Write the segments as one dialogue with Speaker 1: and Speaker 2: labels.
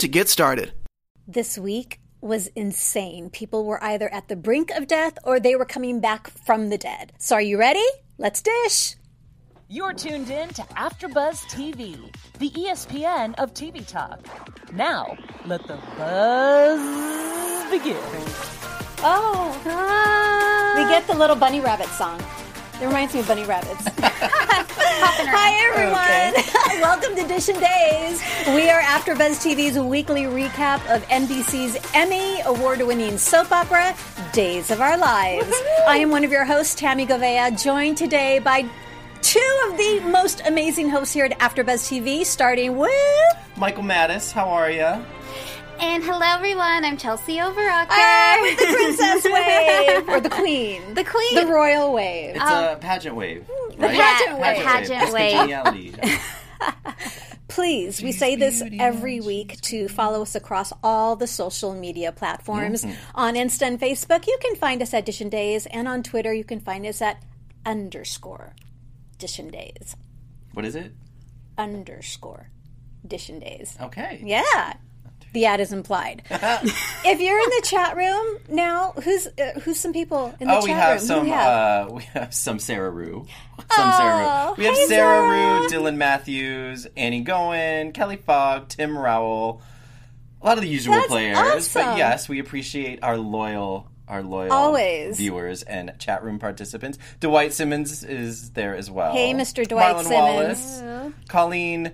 Speaker 1: to get started.
Speaker 2: This week was insane. People were either at the brink of death or they were coming back from the dead. So are you ready? Let's dish.
Speaker 3: You're tuned in to AfterBuzz TV, the E ESPN of TV talk. Now, let the buzz begin.
Speaker 2: Oh, we get the little bunny rabbit song. It reminds me of bunny rabbits. Hi everyone! Welcome to Dish and Days. We are AfterBuzz TV's weekly recap of NBC's Emmy award-winning soap opera Days of Our Lives. I am one of your hosts, Tammy Govea, joined today by two of the most amazing hosts here at AfterBuzz TV, starting with
Speaker 4: Michael Mattis, how are you?
Speaker 5: And hello, everyone. I'm Chelsea Overocker.
Speaker 2: Ah, with the princess wave or the queen,
Speaker 5: The queen.
Speaker 2: the royal wave.
Speaker 4: It's a pageant wave. right?
Speaker 2: Um, pageant wave.
Speaker 5: Pageant
Speaker 4: It's
Speaker 5: wave.
Speaker 4: congeniality.
Speaker 2: Please, we say this every week to follow us across all the social media platforms.
Speaker 4: Mm-hmm.
Speaker 2: On Insta and Facebook, you can find us at Dish and Days, and on Twitter, you can find us at underscore Dish and Days.
Speaker 4: what is it?
Speaker 2: Underscore Dish and Days.
Speaker 4: Okay.
Speaker 2: Yeah. The ad is implied. if you're in the chat room now, who's uh, who's some people in the
Speaker 4: Oh,
Speaker 2: chat
Speaker 4: we have
Speaker 2: room? Who
Speaker 4: some.
Speaker 2: we have?
Speaker 4: Uh, we have some Sarah Rue. Some Sarah Rue. We have
Speaker 2: hi,
Speaker 4: Sarah Rue, Dylan Matthews, Annie Goen, Kelly Fogg, Tim Rowell. A lot of the usual
Speaker 2: That's
Speaker 4: players,
Speaker 2: awesome.
Speaker 4: but yes, we appreciate our loyal, our loyal
Speaker 2: Always.
Speaker 4: viewers and chat room participants. Dwight Simmons is there as well.
Speaker 2: Hey, Mr. Dwight
Speaker 4: Marlon
Speaker 2: Simmons.
Speaker 4: Wallace, Colleen.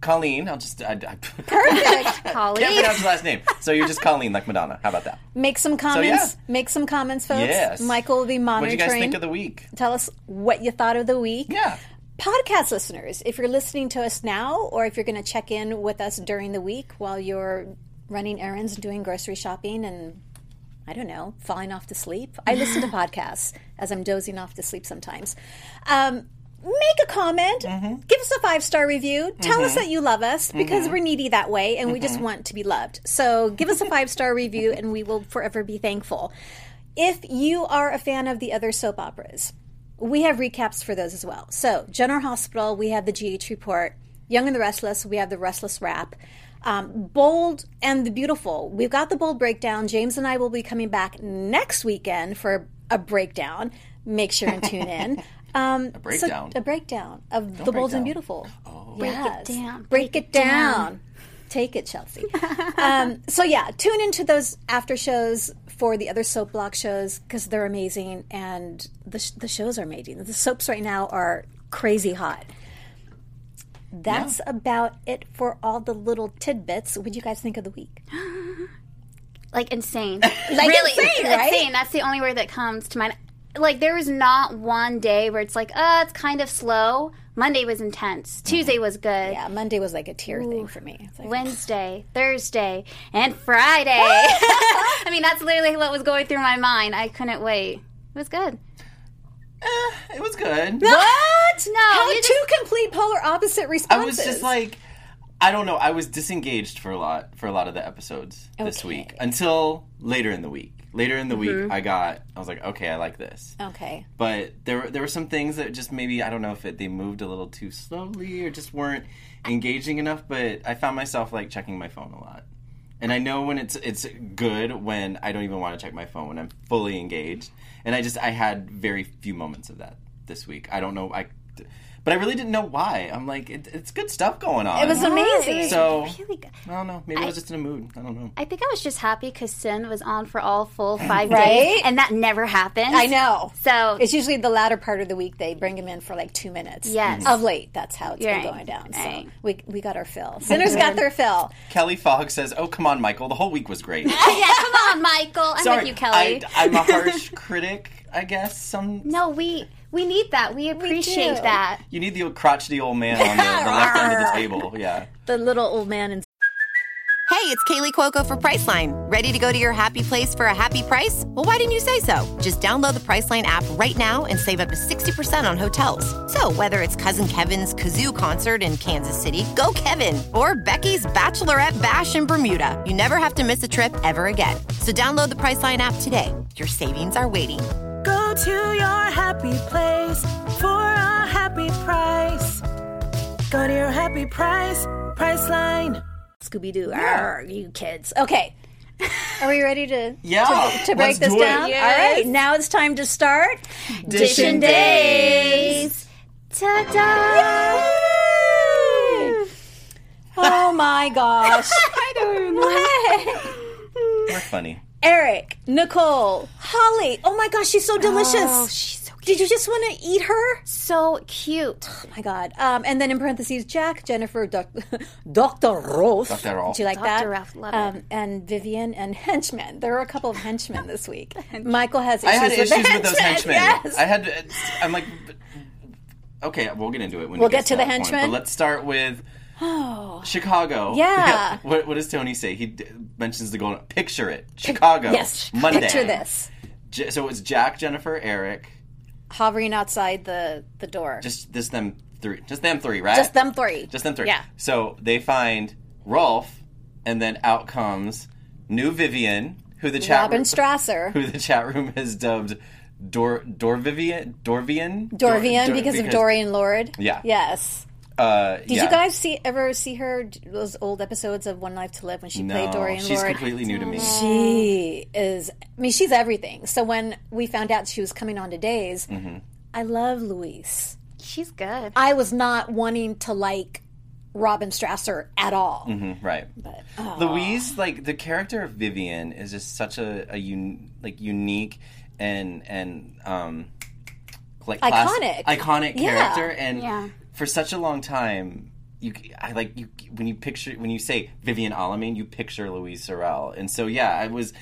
Speaker 4: Colleen, I'll just I, I
Speaker 2: Perfect.
Speaker 4: can't
Speaker 5: Holly.
Speaker 4: pronounce his last name. So you're just Colleen, like Madonna. How about that?
Speaker 2: Make some comments.
Speaker 4: yeah.
Speaker 2: Make some comments, folks.
Speaker 4: Yes.
Speaker 2: Michael will be
Speaker 4: What do
Speaker 2: monitoring.
Speaker 4: you guys think of the week?
Speaker 2: Tell us what you thought of the week.
Speaker 4: Yeah.
Speaker 2: podcast listeners, if you're listening to us now or if you're going to check in with us during the week while you're running errands, doing grocery shopping, and I don't know, falling off to sleep, I listen to podcasts as I'm dozing off to sleep sometimes. Um, make a comment, give us a five star review, tell us that you love us because we're needy that way and we just want to be loved. So give us a five star review and we will forever be thankful. If you are a fan of the other soap operas, we have recaps for those as well. So, General Hospital, we have the GH report. Young and the Restless, we have the Restless Rap. Um, bold and the Beautiful, we've got the bold breakdown. James and I will be coming back next weekend for a breakdown. Make sure and tune in. Um, a
Speaker 4: breakdown?
Speaker 2: a breakdown of the bold
Speaker 4: down.
Speaker 2: and beautiful.
Speaker 4: Oh.
Speaker 2: Yes.
Speaker 5: Break it down.
Speaker 2: Break it down. Take it, Chelsea. um, so yeah, tune into those after shows for the other soap block shows because they're amazing and the sh- the shows are amazing. The soaps right now are crazy hot. That's about it for all the little tidbits. What do you guys think of the week?
Speaker 5: Like insane.
Speaker 2: Like
Speaker 5: really
Speaker 2: insane, right?
Speaker 5: insane. That's the only word that comes to mind. Like there was not one day where it's like, oh, it's kind of slow. Monday was intense. Tuesday was good.
Speaker 2: Mm-hmm. Yeah, Monday was like a tear thing for me. It's like,
Speaker 5: Wednesday, Thursday, and Friday. I mean, that's literally what was going through my mind. I couldn't wait. It was good.
Speaker 4: It was good.
Speaker 2: what? No, How
Speaker 5: you
Speaker 2: two complete polar opposite
Speaker 4: I was
Speaker 2: responses.
Speaker 4: just like, I don't know. I was disengaged for a lot for a lot of the episodes this
Speaker 2: Okay.
Speaker 4: week until later in the week. Later in the week, I got. I was like, okay, I like this.
Speaker 2: okay.
Speaker 4: But there were there were some things that just maybe I don't know if it, they moved a little too slowly or just weren't engaging enough. But I found myself like checking my phone a lot. And I know when it's it's good when I don't even want to check my phone when I'm fully engaged. And I just I had very few moments of that this week. I don't know I, but I really didn't know why. I'm like it, it's good stuff going on.
Speaker 2: It was amazing.
Speaker 4: so
Speaker 5: Really good.
Speaker 4: I don't know. Maybe I, was just in a mood. I don't know.
Speaker 5: I think I was just happy because Sin was on for all full five
Speaker 2: Right?
Speaker 5: days, and that never happened.
Speaker 2: I know.
Speaker 5: So
Speaker 2: It's usually the latter part of the week they bring him in for like two minutes.
Speaker 5: Yes.
Speaker 2: Of late, that's how it's been
Speaker 5: Right.
Speaker 2: going down.
Speaker 5: Right.
Speaker 2: So we, we got our fill. Sinners got their fill.
Speaker 4: Kelly Fogg says, "Oh come on, Michael. The whole week was great."
Speaker 5: yeah, come on, Michael. I'm with you, Kelly.
Speaker 4: I, am a harsh critic, I guess. Some
Speaker 5: no, we we need that. We appreciate
Speaker 2: do.
Speaker 5: that.
Speaker 4: you need the old crotchety old man on the, the left end of the table. Yeah,
Speaker 2: The little old man in
Speaker 6: Hey, it's Kaylee Cuoco for Priceline. Ready to go to your happy place for a happy price? Well, why didn't you say so? Just download the Priceline app right now and save up to 60% on hotels. So, whether it's Cousin Kevin's Kazoo concert in Kansas City, go Kevin, or Becky's Bachelorette Bash in Bermuda, you never have to miss a trip ever again. So, download the Priceline app today. Your savings are waiting.
Speaker 3: Go to your happy place for a happy price. Go to your happy price, Priceline.
Speaker 2: Scooby Doo, you kids. Okay. Are we ready to,
Speaker 4: Yeah,
Speaker 2: to, to break
Speaker 4: let's
Speaker 2: this
Speaker 4: do it.
Speaker 2: down? All right, now it's time to start.
Speaker 5: Dishin' Days. Ta-da!
Speaker 2: Oh my gosh.
Speaker 5: I don't
Speaker 4: We're funny.
Speaker 2: Eric, Nicole, Holly. Oh my gosh, she's so delicious. Did you just want to eat her?
Speaker 5: So cute.
Speaker 2: Oh my god. Um, and then in parentheses, Jack, Jennifer, Doc- Dr. Rolf.
Speaker 4: Dr. Rolf.
Speaker 2: Did you like
Speaker 5: Dr.
Speaker 2: that?
Speaker 5: Rolf, love it.
Speaker 2: um, And Vivian and henchmen. There were a couple of henchmen this week. Michael has
Speaker 4: I
Speaker 2: issues,
Speaker 4: had
Speaker 2: with,
Speaker 4: issues
Speaker 2: the
Speaker 4: with those henchmen.
Speaker 2: Yes.
Speaker 4: I had. I'm like. but- Okay, we'll get into it when
Speaker 2: We'll
Speaker 4: we get,
Speaker 2: get to the
Speaker 4: that point,
Speaker 2: henchmen. Oh.
Speaker 4: But let's start with Chicago.
Speaker 2: Yeah.
Speaker 4: what, what does Tony say? He d- mentions the golden. Picture it, Chicago.
Speaker 2: yes.
Speaker 4: Monday.
Speaker 2: Picture this.
Speaker 4: J- so it's Jack, Jennifer, Eric.
Speaker 2: Hovering outside the, the door. Just,
Speaker 4: Just this them three. Just them three, right?
Speaker 2: them three.
Speaker 4: Just them three.
Speaker 2: Yeah.
Speaker 4: So they find Rolf, and then out comes new Vivian, who the chat
Speaker 2: Robin
Speaker 4: room,
Speaker 2: Strasser.
Speaker 4: who the chat room has dubbed Dor Dorvivian Dorvian
Speaker 2: Dorvian
Speaker 4: Dor-
Speaker 2: because, of Dorian Lord.
Speaker 4: Yeah.
Speaker 2: Yes.
Speaker 4: Uh,
Speaker 2: Did you guys see ever see her those old episodes of One Life to Live when she
Speaker 4: No,
Speaker 2: played Dorian
Speaker 4: she's
Speaker 2: Lord?
Speaker 4: completely new to me.
Speaker 2: she is i mean she's everything so when we found out she was coming on today's
Speaker 4: Mm-hmm.
Speaker 2: i love louise
Speaker 5: She's good.
Speaker 2: i was not wanting to like robin strasser at all
Speaker 4: Right. Louise, like the character of Vivian, is just such a, a un, like unique and and um like class-
Speaker 2: Iconic.
Speaker 4: iconic
Speaker 2: Yeah.
Speaker 4: character, and
Speaker 5: Yeah.
Speaker 4: for such a long time. You, c- I like you when you picture when you say Vivian Alamin, you picture Louise Sorrell, and so yeah, I was,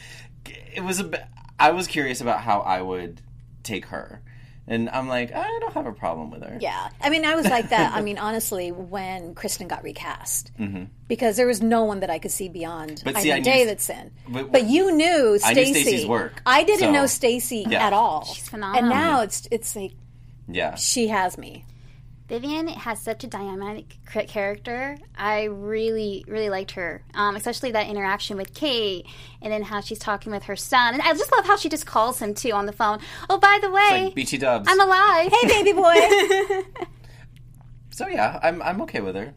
Speaker 4: it was a, b- I was curious about how I would take her, and I'm like, I don't have a problem with her.
Speaker 2: yeah i mean i was like that i mean honestly when kristen got recast mm-hmm. because there was no one that i could see beyond
Speaker 4: But
Speaker 2: Eileen
Speaker 4: see, I knew-
Speaker 2: davidson
Speaker 4: but-
Speaker 2: but, you knew
Speaker 4: I knew
Speaker 2: stacy
Speaker 4: Stacey's work,
Speaker 2: I didn't
Speaker 4: so-
Speaker 2: know stacy
Speaker 4: Yeah.
Speaker 2: at all
Speaker 5: She's phenomenal.
Speaker 2: and now it's it's like
Speaker 4: yeah.
Speaker 2: she has me
Speaker 5: Vivian has such a dynamic c- character. I really, really liked her, um, especially that interaction with Kate, and then how she's talking with her son. And I just love how she just calls him too on the phone. Oh, by the way,
Speaker 4: Like BT Dubs.
Speaker 5: I'm alive.
Speaker 2: hey baby boy
Speaker 4: so yeah, I'm I'm okay with her.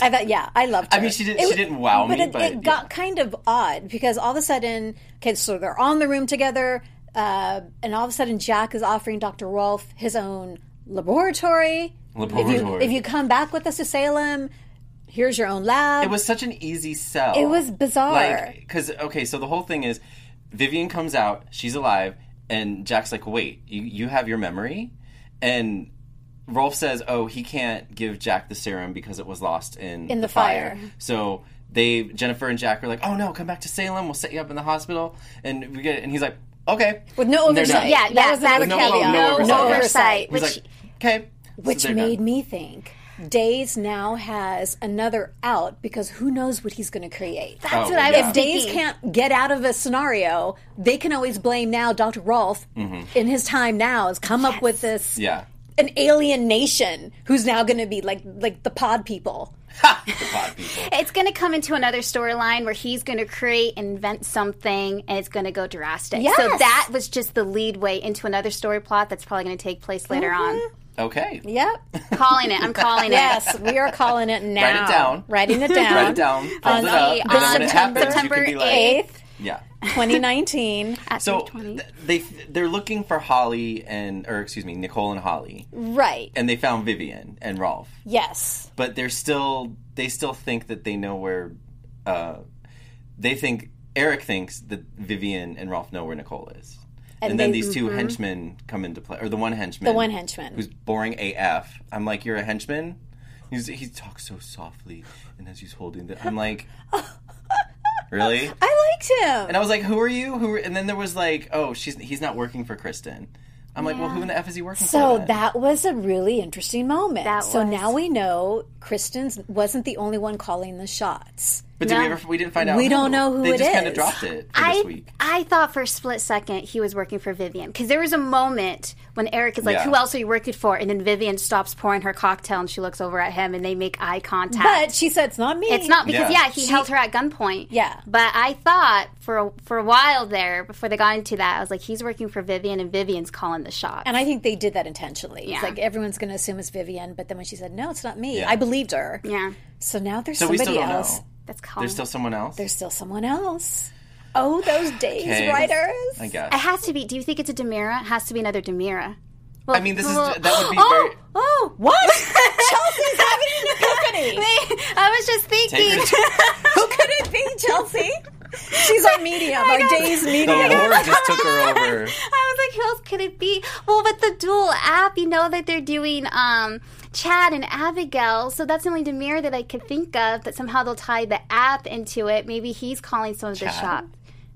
Speaker 2: I thought, yeah, I loved
Speaker 4: I
Speaker 2: her.
Speaker 4: mean, she didn't-
Speaker 2: It
Speaker 4: she
Speaker 2: was-
Speaker 4: didn't wow me,
Speaker 2: it,
Speaker 4: but,
Speaker 2: it got
Speaker 4: yeah.
Speaker 2: kind of odd because all of a sudden, okay, so they're all in the room together, uh, and all of a sudden, Jack is offering Dr. Rolf his own laboratory.
Speaker 4: Laboratory.
Speaker 2: If you, if you come back with us to Salem, here's your own lab.
Speaker 4: It was such an easy sell.
Speaker 2: It was bizarre.
Speaker 4: Like, because okay, so the whole thing is, Vivian comes out, she's alive, and Jack's like, "Wait, you, you have your memory," and Rolf says, "Oh, he can't give Jack the serum because it was lost in in
Speaker 2: the fire.
Speaker 4: So they, Jennifer and Jack, are like, "Oh no, come back to Salem. We'll set you up in the hospital." And we get, and he's like, "Okay,"
Speaker 2: with no
Speaker 4: And they're
Speaker 2: oversight.
Speaker 4: done.
Speaker 5: Yeah,
Speaker 2: that
Speaker 5: yeah,
Speaker 2: was
Speaker 5: that
Speaker 2: another
Speaker 5: was
Speaker 4: no,
Speaker 5: heavy.
Speaker 2: caveat.
Speaker 4: no,
Speaker 5: No
Speaker 4: oversight. yeah.
Speaker 5: oversight,
Speaker 4: He's
Speaker 5: which-
Speaker 4: like, okay, So
Speaker 2: Which
Speaker 4: they're
Speaker 2: made
Speaker 4: done.
Speaker 2: me think Days now has another out because who knows what he's going to create.
Speaker 5: That's
Speaker 4: Oh,
Speaker 5: what I
Speaker 4: yeah.
Speaker 5: was
Speaker 2: if
Speaker 5: thinking.
Speaker 2: Days can't get out of a scenario, they can always blame now Dr. Rolf in his time now has come up with this
Speaker 4: Mm-hmm. yeah.
Speaker 2: an alien nation who's now going to be like like the pod people.
Speaker 4: The pod people.
Speaker 5: It's going to come into another storyline where he's going to create, invent something, and it's going to go drastic. So
Speaker 2: Yes.
Speaker 5: that was just the lead way into another story plot that's probably going to take place later
Speaker 4: Okay.
Speaker 2: Yep.
Speaker 5: on. Calling it. I'm calling it.
Speaker 2: Mm-hmm. yes, we are calling it now.
Speaker 4: Write it down.
Speaker 2: Writing it down. uh,
Speaker 4: Write it down. Thumbs
Speaker 5: the- on
Speaker 4: it up. and then when it
Speaker 5: September-
Speaker 4: happens, you can be
Speaker 5: September
Speaker 4: like,
Speaker 2: 8th,
Speaker 4: yeah.
Speaker 2: 2019.
Speaker 5: At
Speaker 4: So
Speaker 5: 320.
Speaker 4: th- they they're looking for Holly and or excuse me Nicole and Holly,
Speaker 2: right.
Speaker 4: and they found Vivian and Rolf,
Speaker 2: Yes.
Speaker 4: but they're still they still think that they know where. Uh, they think Eric thinks that Vivian and Rolf know where Nicole is, and, then
Speaker 2: they- mm-hmm.
Speaker 4: these 2 henchmen come into play, or the one henchman,
Speaker 2: The one henchman.
Speaker 4: who's boring AF. I'm like, you're a henchman. He's, he talks so softly, and as he's holding the, I'm like, really?
Speaker 2: I liked him.
Speaker 4: And I was like, "Who are you?" Who? Are, and then there was like, "Oh, she's he's not working for Kristen." I'm like, "Well, who in the f is he working for?"
Speaker 2: So
Speaker 4: then?"
Speaker 2: that was a really interesting moment.
Speaker 5: That
Speaker 2: so
Speaker 5: was.
Speaker 2: now we know Kristen's wasn't the only one calling the shots.
Speaker 4: But did we
Speaker 5: No.
Speaker 4: ever? We didn't find out.
Speaker 2: We don't know who
Speaker 4: they
Speaker 2: it
Speaker 4: just kind
Speaker 2: is.
Speaker 4: of dropped it for this
Speaker 5: I
Speaker 4: week.
Speaker 5: I thought for a split second he was working for Vivian because there was a moment when Eric is like,
Speaker 4: Yeah.
Speaker 5: "Who else are you working for?" And then Vivian stops pouring her cocktail and she looks over at him and they make eye contact.
Speaker 2: But she said it's not me.
Speaker 5: It's not because yeah,
Speaker 4: Yeah.
Speaker 5: he held her at gunpoint.
Speaker 2: Yeah.
Speaker 5: But I thought for a, for a while there before they got into that, I was like, he's working for Vivian and Vivian's calling the shots.
Speaker 2: And I think they did that intentionally. It's like everyone's going to assume it's Vivian, but then when she said, "No, it's not me," I believed her.
Speaker 5: yeah,
Speaker 2: So now there's
Speaker 4: So we
Speaker 2: somebody
Speaker 4: still don't
Speaker 2: else. Oh.
Speaker 4: know.
Speaker 5: that's calling.
Speaker 4: There's still someone else.
Speaker 2: There's still someone else. Oh, those days,
Speaker 4: Okay.
Speaker 2: writers.
Speaker 4: I
Speaker 5: it
Speaker 4: guess.
Speaker 5: has to be. Do you think it's a Demira? It has to be another Demira.
Speaker 4: I mean, this is that would be
Speaker 5: oh,
Speaker 4: very.
Speaker 5: oh,
Speaker 2: What? Chelsea's having an epiphany.
Speaker 5: I was just
Speaker 4: Take
Speaker 5: thinking.
Speaker 4: her to-
Speaker 2: Who could it be, Chelsea? She's our medium, our day's
Speaker 4: the
Speaker 2: medium.
Speaker 4: Lord just took her over.
Speaker 5: I was like, who else could it be? Well, with the dual app, you know that they're doing um, Chad and Abigail, so that's the only Demir that I could think of that somehow they'll tie the app into it. Maybe he's calling some of the shots.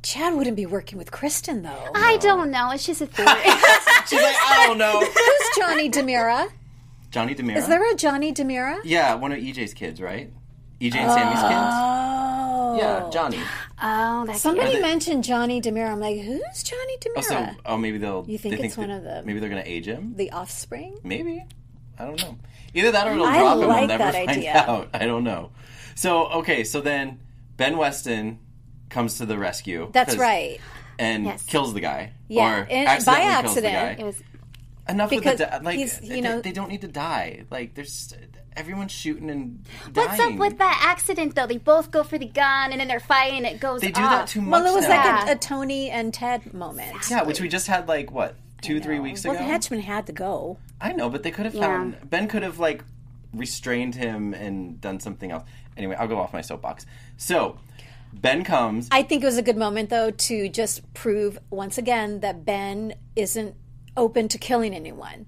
Speaker 2: Chad wouldn't be working with Kristen though.
Speaker 5: I don't know. It's just a theory.
Speaker 4: She's like, I don't know.
Speaker 2: Who's Johnny Demira?
Speaker 4: Johnny Demira.
Speaker 2: Is there a Johnny Demira?
Speaker 4: Yeah, one of EJ's kids, right? EJ and Sammy's kids.
Speaker 2: Oh.
Speaker 4: Yeah, Johnny.
Speaker 5: oh, that's
Speaker 2: Somebody
Speaker 4: they-
Speaker 2: mentioned Johnny Demira. I'm like, who's Johnny Demira?
Speaker 4: Oh, so oh, maybe they'll. You
Speaker 2: think
Speaker 4: they
Speaker 2: it's one
Speaker 4: that-
Speaker 2: of the-
Speaker 4: Maybe they're gonna age him.
Speaker 2: the offspring?
Speaker 4: Maybe. I don't know. Either that or it'll
Speaker 2: I
Speaker 4: drop him.
Speaker 2: like
Speaker 4: We'll never
Speaker 2: that
Speaker 4: find
Speaker 2: idea.
Speaker 4: out. I don't know. So okay, so then Ben Weston comes to the rescue.
Speaker 2: That's
Speaker 4: 'cause-
Speaker 2: right.
Speaker 4: And
Speaker 5: Yes.
Speaker 4: kills the guy.
Speaker 2: Yeah,
Speaker 4: Or
Speaker 2: and- by
Speaker 4: accidentally
Speaker 2: accident.
Speaker 4: Kills the
Speaker 5: It
Speaker 4: guy.
Speaker 5: was
Speaker 4: Enough
Speaker 2: because
Speaker 4: with the de- like.
Speaker 2: he's, you
Speaker 4: they-
Speaker 2: know-
Speaker 4: they don't need to die. Like there's everyone's shooting and dying.
Speaker 5: What's up with that accident though? They both go for the gun and then they're fighting and it goes
Speaker 4: They do
Speaker 5: off.
Speaker 4: that too much.
Speaker 2: Well, it was
Speaker 4: now.
Speaker 2: like a, a Tony and Ted moment.
Speaker 4: yeah, which we just had like what two, three weeks
Speaker 2: Well,
Speaker 4: ago.
Speaker 2: Hatchman had to go.
Speaker 4: I know, but they could have found Ben could have like restrained him and done something else. Anyway, I'll go off my soapbox. So Ben comes.
Speaker 2: I think it was a good moment, though, to just prove once again that Ben isn't open to killing anyone.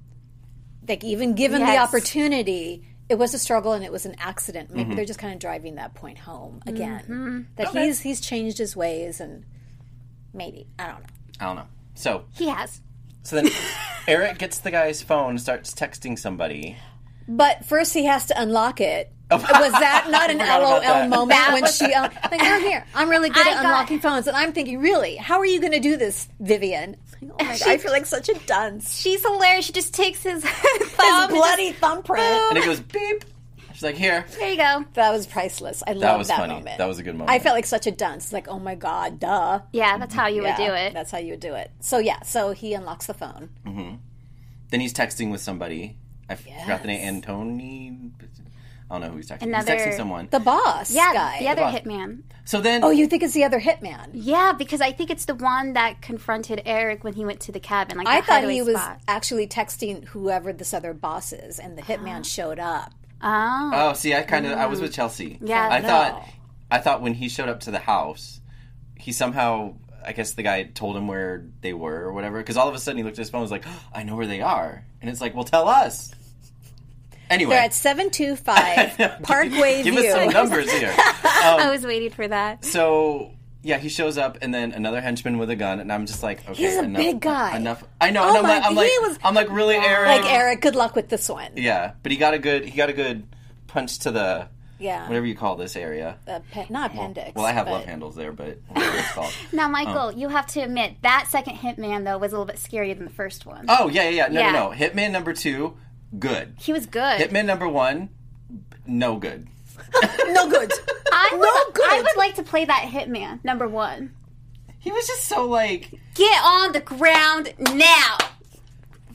Speaker 2: Like, even given the
Speaker 5: Yes.
Speaker 2: opportunity, it was a struggle and it was an accident. Maybe they're just kind of driving that point home again. That he's he's changed his ways and maybe I don't know.
Speaker 4: I don't know. So
Speaker 5: He has.
Speaker 4: so then Eric gets the guy's phone, starts texting somebody.
Speaker 2: But first, he has to unlock it. Was that not an
Speaker 4: forgot about
Speaker 2: LOL
Speaker 4: that.
Speaker 2: moment when she un- like I'm here, I'm really good
Speaker 5: I
Speaker 2: at
Speaker 5: got-
Speaker 2: unlocking phones, and I'm thinking, really, how are you going to do this, Vivian? Like, oh my god, I feel like such a dunce.
Speaker 5: She's hilarious. She just takes his
Speaker 2: His
Speaker 5: thumb.
Speaker 2: bloody thumbprint.
Speaker 4: And it goes beep. She's like, here.
Speaker 5: there you go.
Speaker 2: That was priceless. I love
Speaker 4: was
Speaker 2: that
Speaker 4: funny.
Speaker 2: moment.
Speaker 4: That was a good moment.
Speaker 2: I felt like such a dunce. It's Like, oh my god, duh.
Speaker 5: Yeah, that's how you would do it.
Speaker 2: That's how you would do it. So yeah, so he unlocks the phone.
Speaker 4: Then he's texting with somebody. I forgot the name. Antony. I don't know who he's texting.
Speaker 5: Another-
Speaker 4: He's texting someone.
Speaker 2: The boss
Speaker 5: yeah,
Speaker 2: guy.
Speaker 5: the other
Speaker 4: Wow.
Speaker 5: hitman.
Speaker 4: so then
Speaker 2: oh, you think it's the other hitman?
Speaker 5: Yeah, because I think it's the one that confronted Eric when he went to the cabin. Like
Speaker 2: I
Speaker 5: the
Speaker 2: thought
Speaker 5: hideaway
Speaker 2: he was
Speaker 5: spot.
Speaker 2: actually texting whoever this other boss is, and the hitman showed up.
Speaker 5: Oh,
Speaker 4: Oh, see, I kind of I was with Chelsea.
Speaker 5: Yeah,
Speaker 4: I
Speaker 5: no.
Speaker 4: thought I thought when he showed up to the house, he somehow I guess the guy told him where they were or whatever. Because all of a sudden he looked at his phone, and was like, "Oh, "I know where they are," and it's like, "Well, tell us." Anyway,
Speaker 2: They're at 725 Parkway
Speaker 4: give
Speaker 2: View.
Speaker 4: us some numbers here. Oh.
Speaker 5: I was waiting for that.
Speaker 4: so yeah, he shows up, and then another henchman with a gun, and I'm just like, okay,
Speaker 2: He's a
Speaker 4: enough,
Speaker 2: big guy.
Speaker 4: Enough. I know.
Speaker 2: Oh
Speaker 4: and I'm
Speaker 2: my-
Speaker 4: like, I'm
Speaker 2: he
Speaker 4: like,
Speaker 2: was-
Speaker 4: I'm like, really, Eric?
Speaker 2: like, Eric, good luck with this one.
Speaker 4: Yeah, but he got a good, he got a good punch to the
Speaker 2: Yeah.
Speaker 4: whatever you call this area.
Speaker 2: Appe- not appendix.
Speaker 4: Well, I have
Speaker 2: but-
Speaker 4: love handles there, but whatever it's called.
Speaker 5: Now,
Speaker 4: Oh.
Speaker 5: Michael, you have to admit that second hitman though was a little bit scarier than the first one.
Speaker 4: oh yeah, yeah, yeah. No,
Speaker 5: Yeah.
Speaker 4: no, no. Hitman number two, good.
Speaker 5: He was good.
Speaker 4: Hitman number one, no good.
Speaker 2: No good.
Speaker 5: I would, I
Speaker 2: good.
Speaker 5: would like to play that hitman number one.
Speaker 4: He was just so like
Speaker 5: Get on the ground now.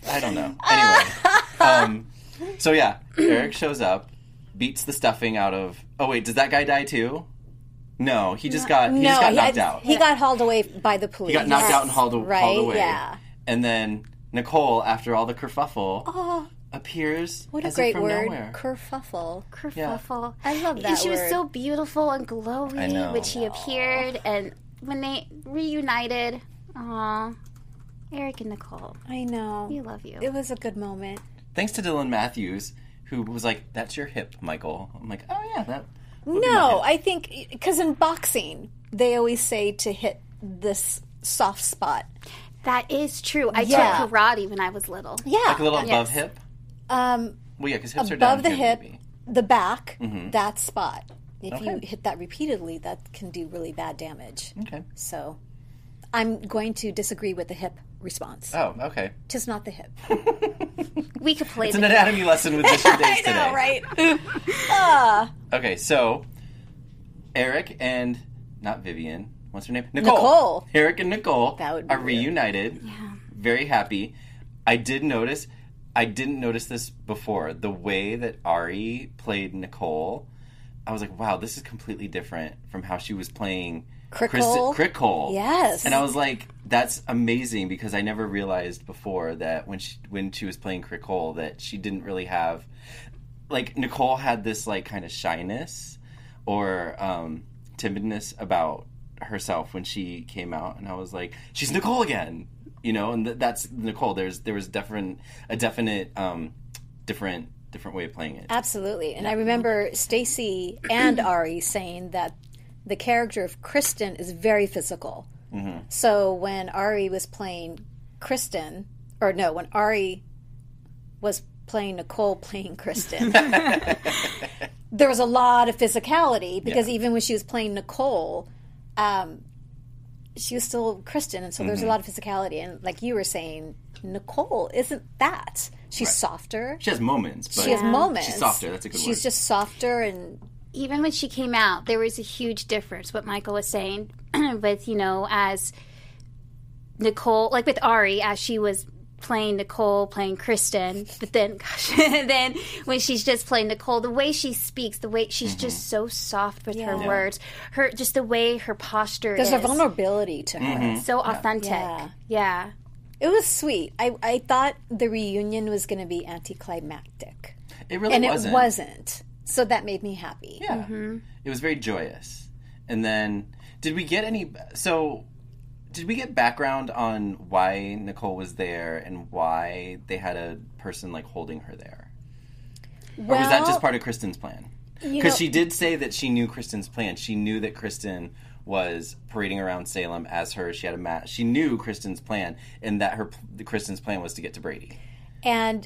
Speaker 4: I don't know. Anyway, um, so yeah, Eric shows up, beats the stuffing out of. Oh wait, does that guy die too? No, he just got he
Speaker 2: no,
Speaker 4: just got
Speaker 2: he,
Speaker 4: knocked
Speaker 2: had-
Speaker 4: out.
Speaker 2: he got hauled away by the police.
Speaker 4: He got knocked out and hauled,
Speaker 2: right,
Speaker 4: hauled away.
Speaker 2: yeah.
Speaker 4: And then Nicole, after all the kerfuffle, appears.
Speaker 2: Oh. What a
Speaker 4: as if
Speaker 2: great
Speaker 4: from
Speaker 2: word.
Speaker 4: nowhere.
Speaker 2: Kerfuffle.
Speaker 5: Kerfuffle.
Speaker 2: I love that
Speaker 5: And she
Speaker 2: word.
Speaker 5: was so beautiful and glowing
Speaker 4: I know.
Speaker 5: when she appeared, and when they reunited, aw, Eric and Nicole,
Speaker 2: I know.
Speaker 5: we love you.
Speaker 2: It was a good moment.
Speaker 4: Thanks to Dylan Matthews, who was like, "That's your hip, Michael." I'm like, "Oh yeah, that." would be my
Speaker 2: No,
Speaker 4: hip."
Speaker 2: I think because in boxing they always say to hit this soft spot.
Speaker 5: That is true. I
Speaker 2: Yeah.
Speaker 5: took karate when I was little.
Speaker 2: Yeah,
Speaker 4: Like a little above
Speaker 5: Yes.
Speaker 4: hip.
Speaker 2: um,
Speaker 4: Well, yeah, because hips are down
Speaker 2: above the
Speaker 4: here,
Speaker 2: hip,
Speaker 4: maybe.
Speaker 2: the back, that spot. If you hit that repeatedly, that can do really bad damage.
Speaker 4: Okay.
Speaker 2: So I'm going to disagree with the hip response.
Speaker 4: Oh, okay.
Speaker 2: Tis not the hip.
Speaker 5: We could play
Speaker 4: It's
Speaker 5: the
Speaker 4: an anatomy lesson with Dishes Days today.
Speaker 2: right? Ah.
Speaker 4: Okay, so Eric and not Vivian. What's her name? Nicole.
Speaker 2: Nicole.
Speaker 4: Eric and Nicole
Speaker 2: That would be
Speaker 4: are
Speaker 2: weird.
Speaker 4: reunited. Very happy. I did notice. I didn't notice this before. The way that Ari played Nicole, I was like, wow, this is completely different from how she was playing
Speaker 2: Crickle.
Speaker 4: Crickle.
Speaker 2: Yes.
Speaker 4: And I was like, that's amazing because I never realized before that when she when she was playing Crickle that she didn't really have like Nicole had this like kind of shyness or um timidness about herself when she came out and I was like, She's Nicole again you know, and th- that's Nicole. There's there was different a definite um different different way of playing it.
Speaker 2: Absolutely. And I remember Stacy and Ari saying that the character of Kristen is very physical. So when Ari was playing Kristen, or no, when Ari was playing Nicole playing Kristen, there was a lot of physicality because even when she was playing Nicole, um, she was still Kristen, and so there's a lot of physicality. And like you were saying, Nicole isn't that. She's softer.
Speaker 4: She has moments, but
Speaker 2: She has moments.
Speaker 4: She's softer. That's a good
Speaker 2: She's
Speaker 4: word.
Speaker 2: just softer and
Speaker 5: even when she came out, there was a huge difference. What Michael was saying with you know as Nicole, like with Ari, as she was playing Nicole, playing Kristen, but then gosh, then when she's just playing Nicole, the way she speaks, the way she's just so soft with her words, her just the way her posture
Speaker 2: there's
Speaker 5: is
Speaker 2: a vulnerability to her.
Speaker 4: Mm-hmm.
Speaker 5: so authentic. Yeah.
Speaker 2: It was sweet. I, I thought the reunion was going to be anticlimactic,
Speaker 4: it really
Speaker 2: and
Speaker 4: wasn't.
Speaker 2: it wasn't. So that made me happy.
Speaker 4: Yeah.
Speaker 2: Mm-hmm.
Speaker 4: It was very joyous. And then, did we get any? So, did we get background on why Nicole was there and why they had a person like holding her there? or was that
Speaker 2: Well-
Speaker 4: just part of Kristen's plan?
Speaker 2: know-
Speaker 4: Because she did say that she knew Kristen's plan. She knew that Kristen was parading around Salem as her. She had a mat. She knew Kristen's plan, and that her Kristen's plan was to get to Brady.
Speaker 2: And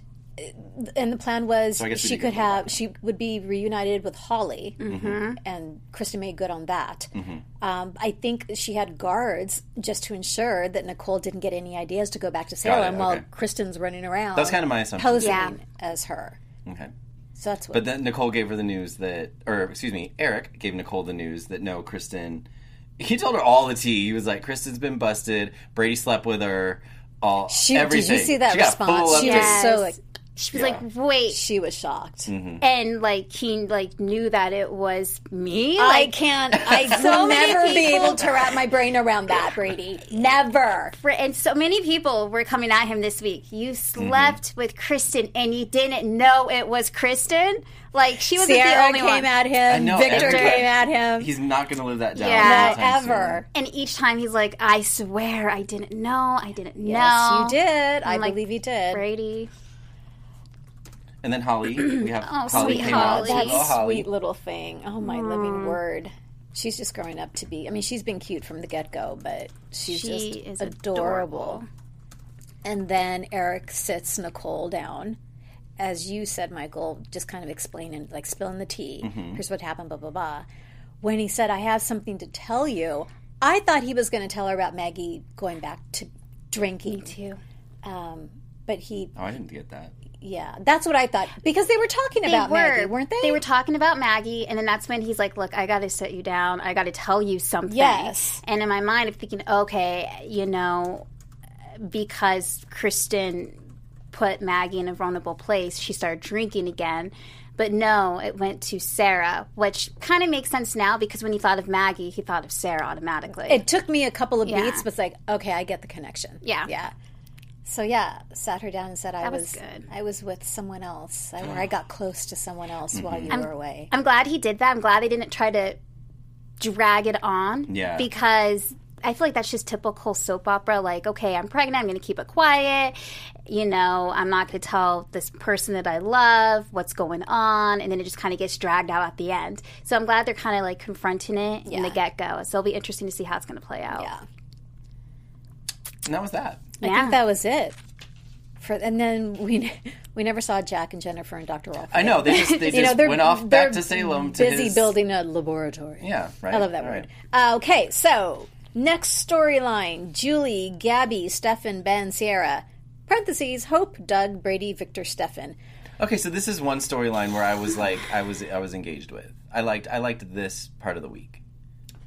Speaker 2: and the plan was
Speaker 4: I guess we
Speaker 2: she
Speaker 4: did
Speaker 2: could
Speaker 4: get Mm-hmm.
Speaker 2: have she would be reunited with Holly, Mm-hmm. and Kristen made good on that. Um, I think she had guards just to ensure that Nicole didn't get any ideas to go back to Salem while
Speaker 4: okay.
Speaker 2: Kristen's running around.
Speaker 4: That's kind of my assumption.
Speaker 2: posing
Speaker 5: Yeah.
Speaker 2: as her.
Speaker 4: Okay.
Speaker 2: So that's what.
Speaker 4: But then Nicole gave her the news that, or excuse me, Eric gave Nicole the news that no, Kristen. He told her all the tea. He was like, "Kristen's been busted. Brady slept with her. All
Speaker 2: She, did
Speaker 4: everything."
Speaker 2: you see that
Speaker 4: She got full
Speaker 2: response?
Speaker 4: up
Speaker 2: She
Speaker 4: to-
Speaker 2: was so like,
Speaker 5: She was like, wait,
Speaker 2: she was shocked.
Speaker 4: Mm-hmm.
Speaker 5: and like he like knew that it was me.
Speaker 2: I
Speaker 5: Like
Speaker 2: can't. I will
Speaker 5: So many
Speaker 2: never be
Speaker 5: people-
Speaker 2: able to wrap my brain around that, Brady. Never.
Speaker 5: for- and so many people were coming at him this week. You slept with Kristen and you didn't know it was Kristen. Like she wasn't the
Speaker 2: Sierra
Speaker 5: only
Speaker 2: came
Speaker 5: one.
Speaker 2: at him.
Speaker 4: I know,
Speaker 2: Victor
Speaker 4: everybody-
Speaker 2: came at him.
Speaker 4: He's not going to live that down.
Speaker 5: Yeah.
Speaker 4: anytime soon.
Speaker 2: Ever.
Speaker 5: and each time he's like, "I swear, I didn't know. I didn't know."
Speaker 2: Yes, you did. I
Speaker 5: like,
Speaker 2: believe you did.
Speaker 5: Brady.
Speaker 4: And then Holly, we have
Speaker 5: Oh,
Speaker 4: Holly
Speaker 5: sweet
Speaker 4: came
Speaker 5: Holly.
Speaker 4: out.
Speaker 2: That
Speaker 5: That's
Speaker 4: Oh, Holly.
Speaker 2: sweet little thing. Oh my living
Speaker 5: Mm.
Speaker 2: word. She's just growing up to be. I mean, she's been cute from the get go, but she's
Speaker 5: She
Speaker 2: just
Speaker 5: is
Speaker 2: adorable. And then Eric sits Nicole down. As you said, Michael, just kind of explaining, like spilling the tea. Here's what happened, blah, blah, blah. When he said, I have something to tell you, I thought he was going to tell her about Maggie going back to drinking. too. Um, but he,
Speaker 4: Oh, I didn't get that.
Speaker 2: yeah, that's what I thought. Because they were talking about Maggie, weren't they?
Speaker 5: They were talking about Maggie, and then that's when he's like, "Look, I got to set you down. I got to tell you something."
Speaker 2: Yes.
Speaker 5: And in my mind, I'm thinking, okay, you know, because Kristen put Maggie in a vulnerable place, she started drinking again. But no, it went to Sarah, which kind of makes sense now because when he thought of Maggie, he thought of Sarah automatically.
Speaker 2: it took me a couple of beats, but it's like, okay, I get the connection.
Speaker 5: Yeah.
Speaker 2: Yeah. So yeah, sat her down and said, "I
Speaker 5: was
Speaker 2: was,
Speaker 5: good.
Speaker 2: I was with someone else, I, or I got close to someone else
Speaker 4: Mm-hmm.
Speaker 2: while you were away."
Speaker 5: I'm glad he did that. I'm glad they didn't try to drag it on.
Speaker 4: Yeah.
Speaker 5: Because I feel like that's just typical soap opera. Like, okay, I'm pregnant. I'm going to keep it quiet. You know, I'm not going to tell this person that I love what's going on. And then it just kind of gets dragged out at the end. So I'm glad they're kind of like confronting it in the get go. So it'll be interesting to see how it's going to play out.
Speaker 2: yeah.
Speaker 4: And that was that.
Speaker 2: I think that was it for, and then we we never saw Jack and Jennifer and Dr. Rolfe.
Speaker 4: I know they just they
Speaker 2: You know,
Speaker 4: just
Speaker 2: they're-
Speaker 4: went off
Speaker 2: they're
Speaker 4: back to Salem to
Speaker 2: busy
Speaker 4: his-
Speaker 2: building a laboratory.
Speaker 4: Yeah, right.
Speaker 2: I love that
Speaker 4: All
Speaker 2: word.
Speaker 4: right.
Speaker 2: Uh, okay, so next storyline Julie, Gabby, Stefan, Ben, Sierra. Parentheses, Hope, Doug, Brady, Victor, Stefan.
Speaker 4: Okay, so this is one storyline where I was like, I was, I was engaged with. I liked, I liked this part of the week.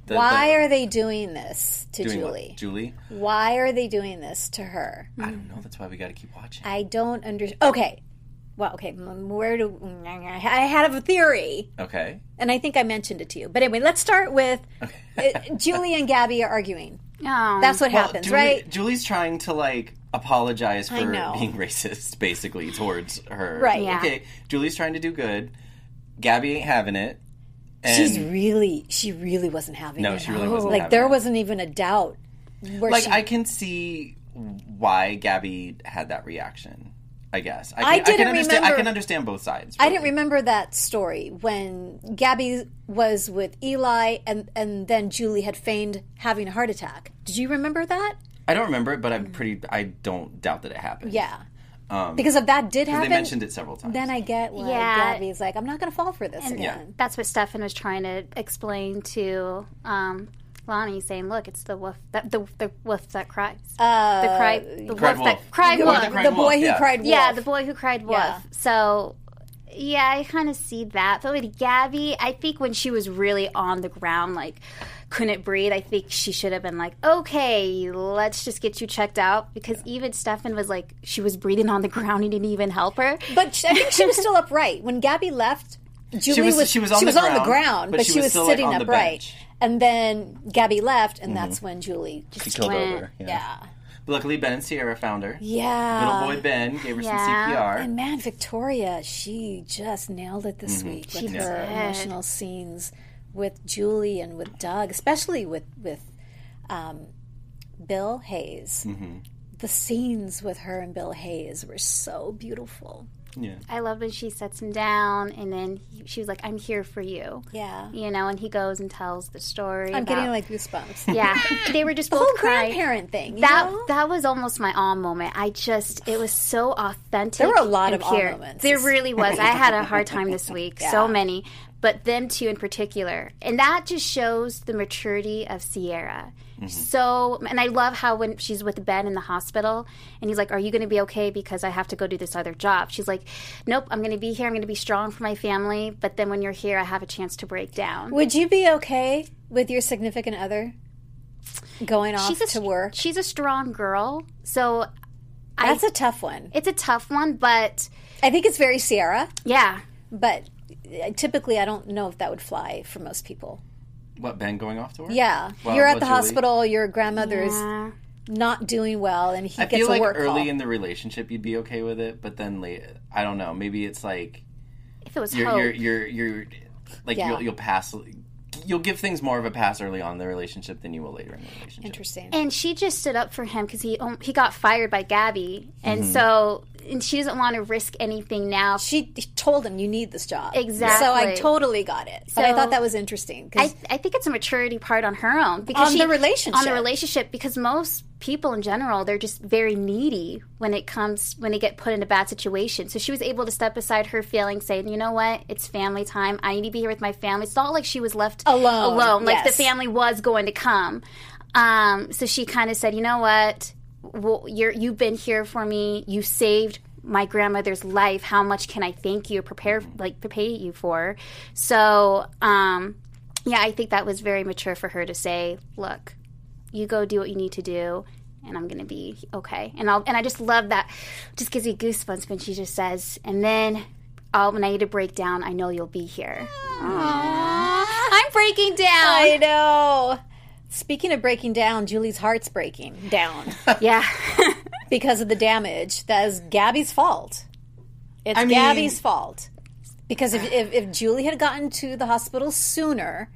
Speaker 4: The-
Speaker 2: Why
Speaker 4: the-
Speaker 2: are they doing this to
Speaker 4: doing what?
Speaker 2: Julie? Mm-hmm.
Speaker 4: Julie,
Speaker 2: Why are they doing this to her?
Speaker 4: I don't know. That's why we got to keep watching.
Speaker 2: I don't understand. Okay. Well, okay. m- Where do I have a theory,
Speaker 4: okay,
Speaker 2: and I think I mentioned it to you. But anyway, let's start with uh, Julie and Gabby are arguing.
Speaker 5: Um,
Speaker 2: That's what
Speaker 4: Well,
Speaker 2: happens,
Speaker 4: Julie-
Speaker 2: right?
Speaker 4: Julie's trying to like apologize for
Speaker 2: I know.
Speaker 4: being racist, basically towards her.
Speaker 2: Right. Yeah.
Speaker 4: Okay. Julie's trying to do good. Gabby ain't having it. And
Speaker 2: She's really, she really wasn't having
Speaker 4: No,
Speaker 2: it.
Speaker 4: she really wasn't
Speaker 2: Like
Speaker 4: having
Speaker 2: there
Speaker 4: it.
Speaker 2: wasn't even a doubt. Where
Speaker 4: like
Speaker 2: she,
Speaker 4: I can see why Gabby had that reaction. I guess I, can,
Speaker 2: I didn't
Speaker 4: can understand. I
Speaker 2: remember-
Speaker 4: can understand both sides.
Speaker 2: I didn't remember that story when Gabby was with Eli, and and then Julie had feigned having a heart attack. Did you remember that?
Speaker 4: I don't remember it, but I'm pretty. I don't doubt that it happened.
Speaker 2: Mm. Yeah. because if that did
Speaker 4: Um, They
Speaker 2: happen,
Speaker 4: mentioned it several times.
Speaker 2: then I get why
Speaker 5: Yeah.
Speaker 2: Gabby's like, I'm not going to fall for this again.
Speaker 5: That's what Stefan was trying to explain to um, Lonnie, saying, "Look, it's the wolf that the, the wolf that cries, uh, the cry, the
Speaker 4: Cried
Speaker 5: wolf,
Speaker 4: wolf.
Speaker 5: that cried
Speaker 4: The
Speaker 5: wolf,
Speaker 4: wolf that cried
Speaker 2: The
Speaker 4: wolf.
Speaker 2: boy who
Speaker 4: yeah.
Speaker 2: cried wolf.
Speaker 5: yeah, the boy who cried wolf."
Speaker 2: Yeah.
Speaker 5: So, yeah, I kind of see that. But with Gabby, I think when she was really on the ground, like couldn't breathe, I think she should have been like, "Okay, let's just get you checked out," because even Stefan was like, she was breathing on the ground, he didn't even help her.
Speaker 2: But she, I think she was still upright when Gabby left. Julie
Speaker 4: was-
Speaker 2: was,
Speaker 4: she was on the ground,
Speaker 2: ground,
Speaker 4: but
Speaker 2: but,
Speaker 4: she
Speaker 2: she,
Speaker 4: was
Speaker 2: was,
Speaker 4: still, like,
Speaker 2: sitting
Speaker 4: on the
Speaker 2: upright.
Speaker 4: bench. Mm-hmm.
Speaker 2: And then Gabby left, and that's when Julie just
Speaker 4: she killed
Speaker 5: went-
Speaker 4: over. Yeah.
Speaker 2: yeah,
Speaker 4: Luckily, Ben and Sierra found her.
Speaker 2: yeah.
Speaker 4: Little boy Ben gave her
Speaker 5: Yeah.
Speaker 4: some
Speaker 2: And man, Victoria, she just nailed it this week with
Speaker 5: Mm-hmm. She
Speaker 2: her
Speaker 5: did.
Speaker 2: emotional scenes with Julie and with Doug, especially with with um, Bill Hayes.
Speaker 5: Mm-hmm.
Speaker 2: The scenes with her and Bill Hayes were so beautiful.
Speaker 4: CPR. Yeah.
Speaker 5: I love when she sets him down, and then he, she was like, "I'm here for you."
Speaker 2: Yeah,
Speaker 5: you know, and he goes and tells the story.
Speaker 2: I'm getting
Speaker 5: about-
Speaker 2: like goosebumps.
Speaker 5: yeah, they were just both
Speaker 2: whole
Speaker 5: crying.
Speaker 2: grandparent thing. you
Speaker 5: That
Speaker 2: know?
Speaker 5: that was almost my awe moment. I just it was so authentic.
Speaker 2: There were a lot
Speaker 5: and
Speaker 2: of awe
Speaker 5: pure.
Speaker 2: moments.
Speaker 5: There really was. I had a hard time this week. So many, but them two in particular, and that just shows the maturity of Sierra. So, and I love how when she's with Ben in the hospital, and he's like, "Are you going to be okay? Because I have to go do this other job." She's like, "Nope, I'm going to be here. I'm going to be strong for my family." But then when you're here, I have a chance to break down.
Speaker 2: Would you be okay with your significant other going off
Speaker 5: she's a,
Speaker 2: to work?
Speaker 5: She's a strong girl, so
Speaker 2: That's a tough one.
Speaker 5: it's a tough one. But
Speaker 2: I think it's very Sierra,
Speaker 5: yeah,
Speaker 2: but uh, typically I don't know if that would fly for most people.
Speaker 4: What Ben going off to work?
Speaker 2: Yeah,
Speaker 4: Well,
Speaker 2: you're at the
Speaker 4: well, Julie-
Speaker 2: hospital. Your grandmother's not doing well, and he
Speaker 4: I
Speaker 2: gets
Speaker 4: feel
Speaker 2: a
Speaker 4: like
Speaker 2: work
Speaker 4: early
Speaker 2: call.
Speaker 4: in the relationship you'd be okay with it, but then late, I don't know. Maybe it's like
Speaker 5: if it was
Speaker 4: you're
Speaker 5: hope,
Speaker 4: you're you're, you're like
Speaker 2: Yeah.
Speaker 4: you'll you'll pass. You'll give things more of a pass early on in the relationship than you will later in the relationship.
Speaker 2: Interesting.
Speaker 5: and she just stood up for him because he um, he got fired by Gabby, and
Speaker 4: Mm-hmm.
Speaker 5: so and she doesn't want to risk anything now.
Speaker 2: She told him you need this job.
Speaker 5: Exactly.
Speaker 2: So I totally got it. but I
Speaker 5: So-
Speaker 2: thought that was interesting. 'cause-
Speaker 5: I, I think it's a maturity part on her own because
Speaker 2: On
Speaker 5: she,
Speaker 2: the relationship.
Speaker 5: on the relationship because most people in general they're just very needy when it comes when they get put in a bad situation so she was able to step aside her feelings saying you know what it's family time i need to be here with my family it's not like she was left
Speaker 2: Alone,
Speaker 5: alone like
Speaker 2: yes.
Speaker 5: the family was going to come um, so she kind of said you know what well, you're, you've been here for me you saved my grandmother's life how much can i thank you prepare like prepare you for so um, yeah, I think that was very mature for her to say, "Look, you go do what you need to do, and I'm gonna be okay." And I'll and I just love that. Just gives me goosebumps when she just says, "And then, oh, when I need to break down, I know you'll be here." Aw. I'm breaking down.
Speaker 2: I know. Speaking of breaking down, Julie's heart's breaking down
Speaker 5: yeah,
Speaker 2: because of the damage. That is Gabby's fault. It's
Speaker 4: I mean-
Speaker 2: Gabby's fault. Because if, if, if Julie had gotten to the hospital sooner,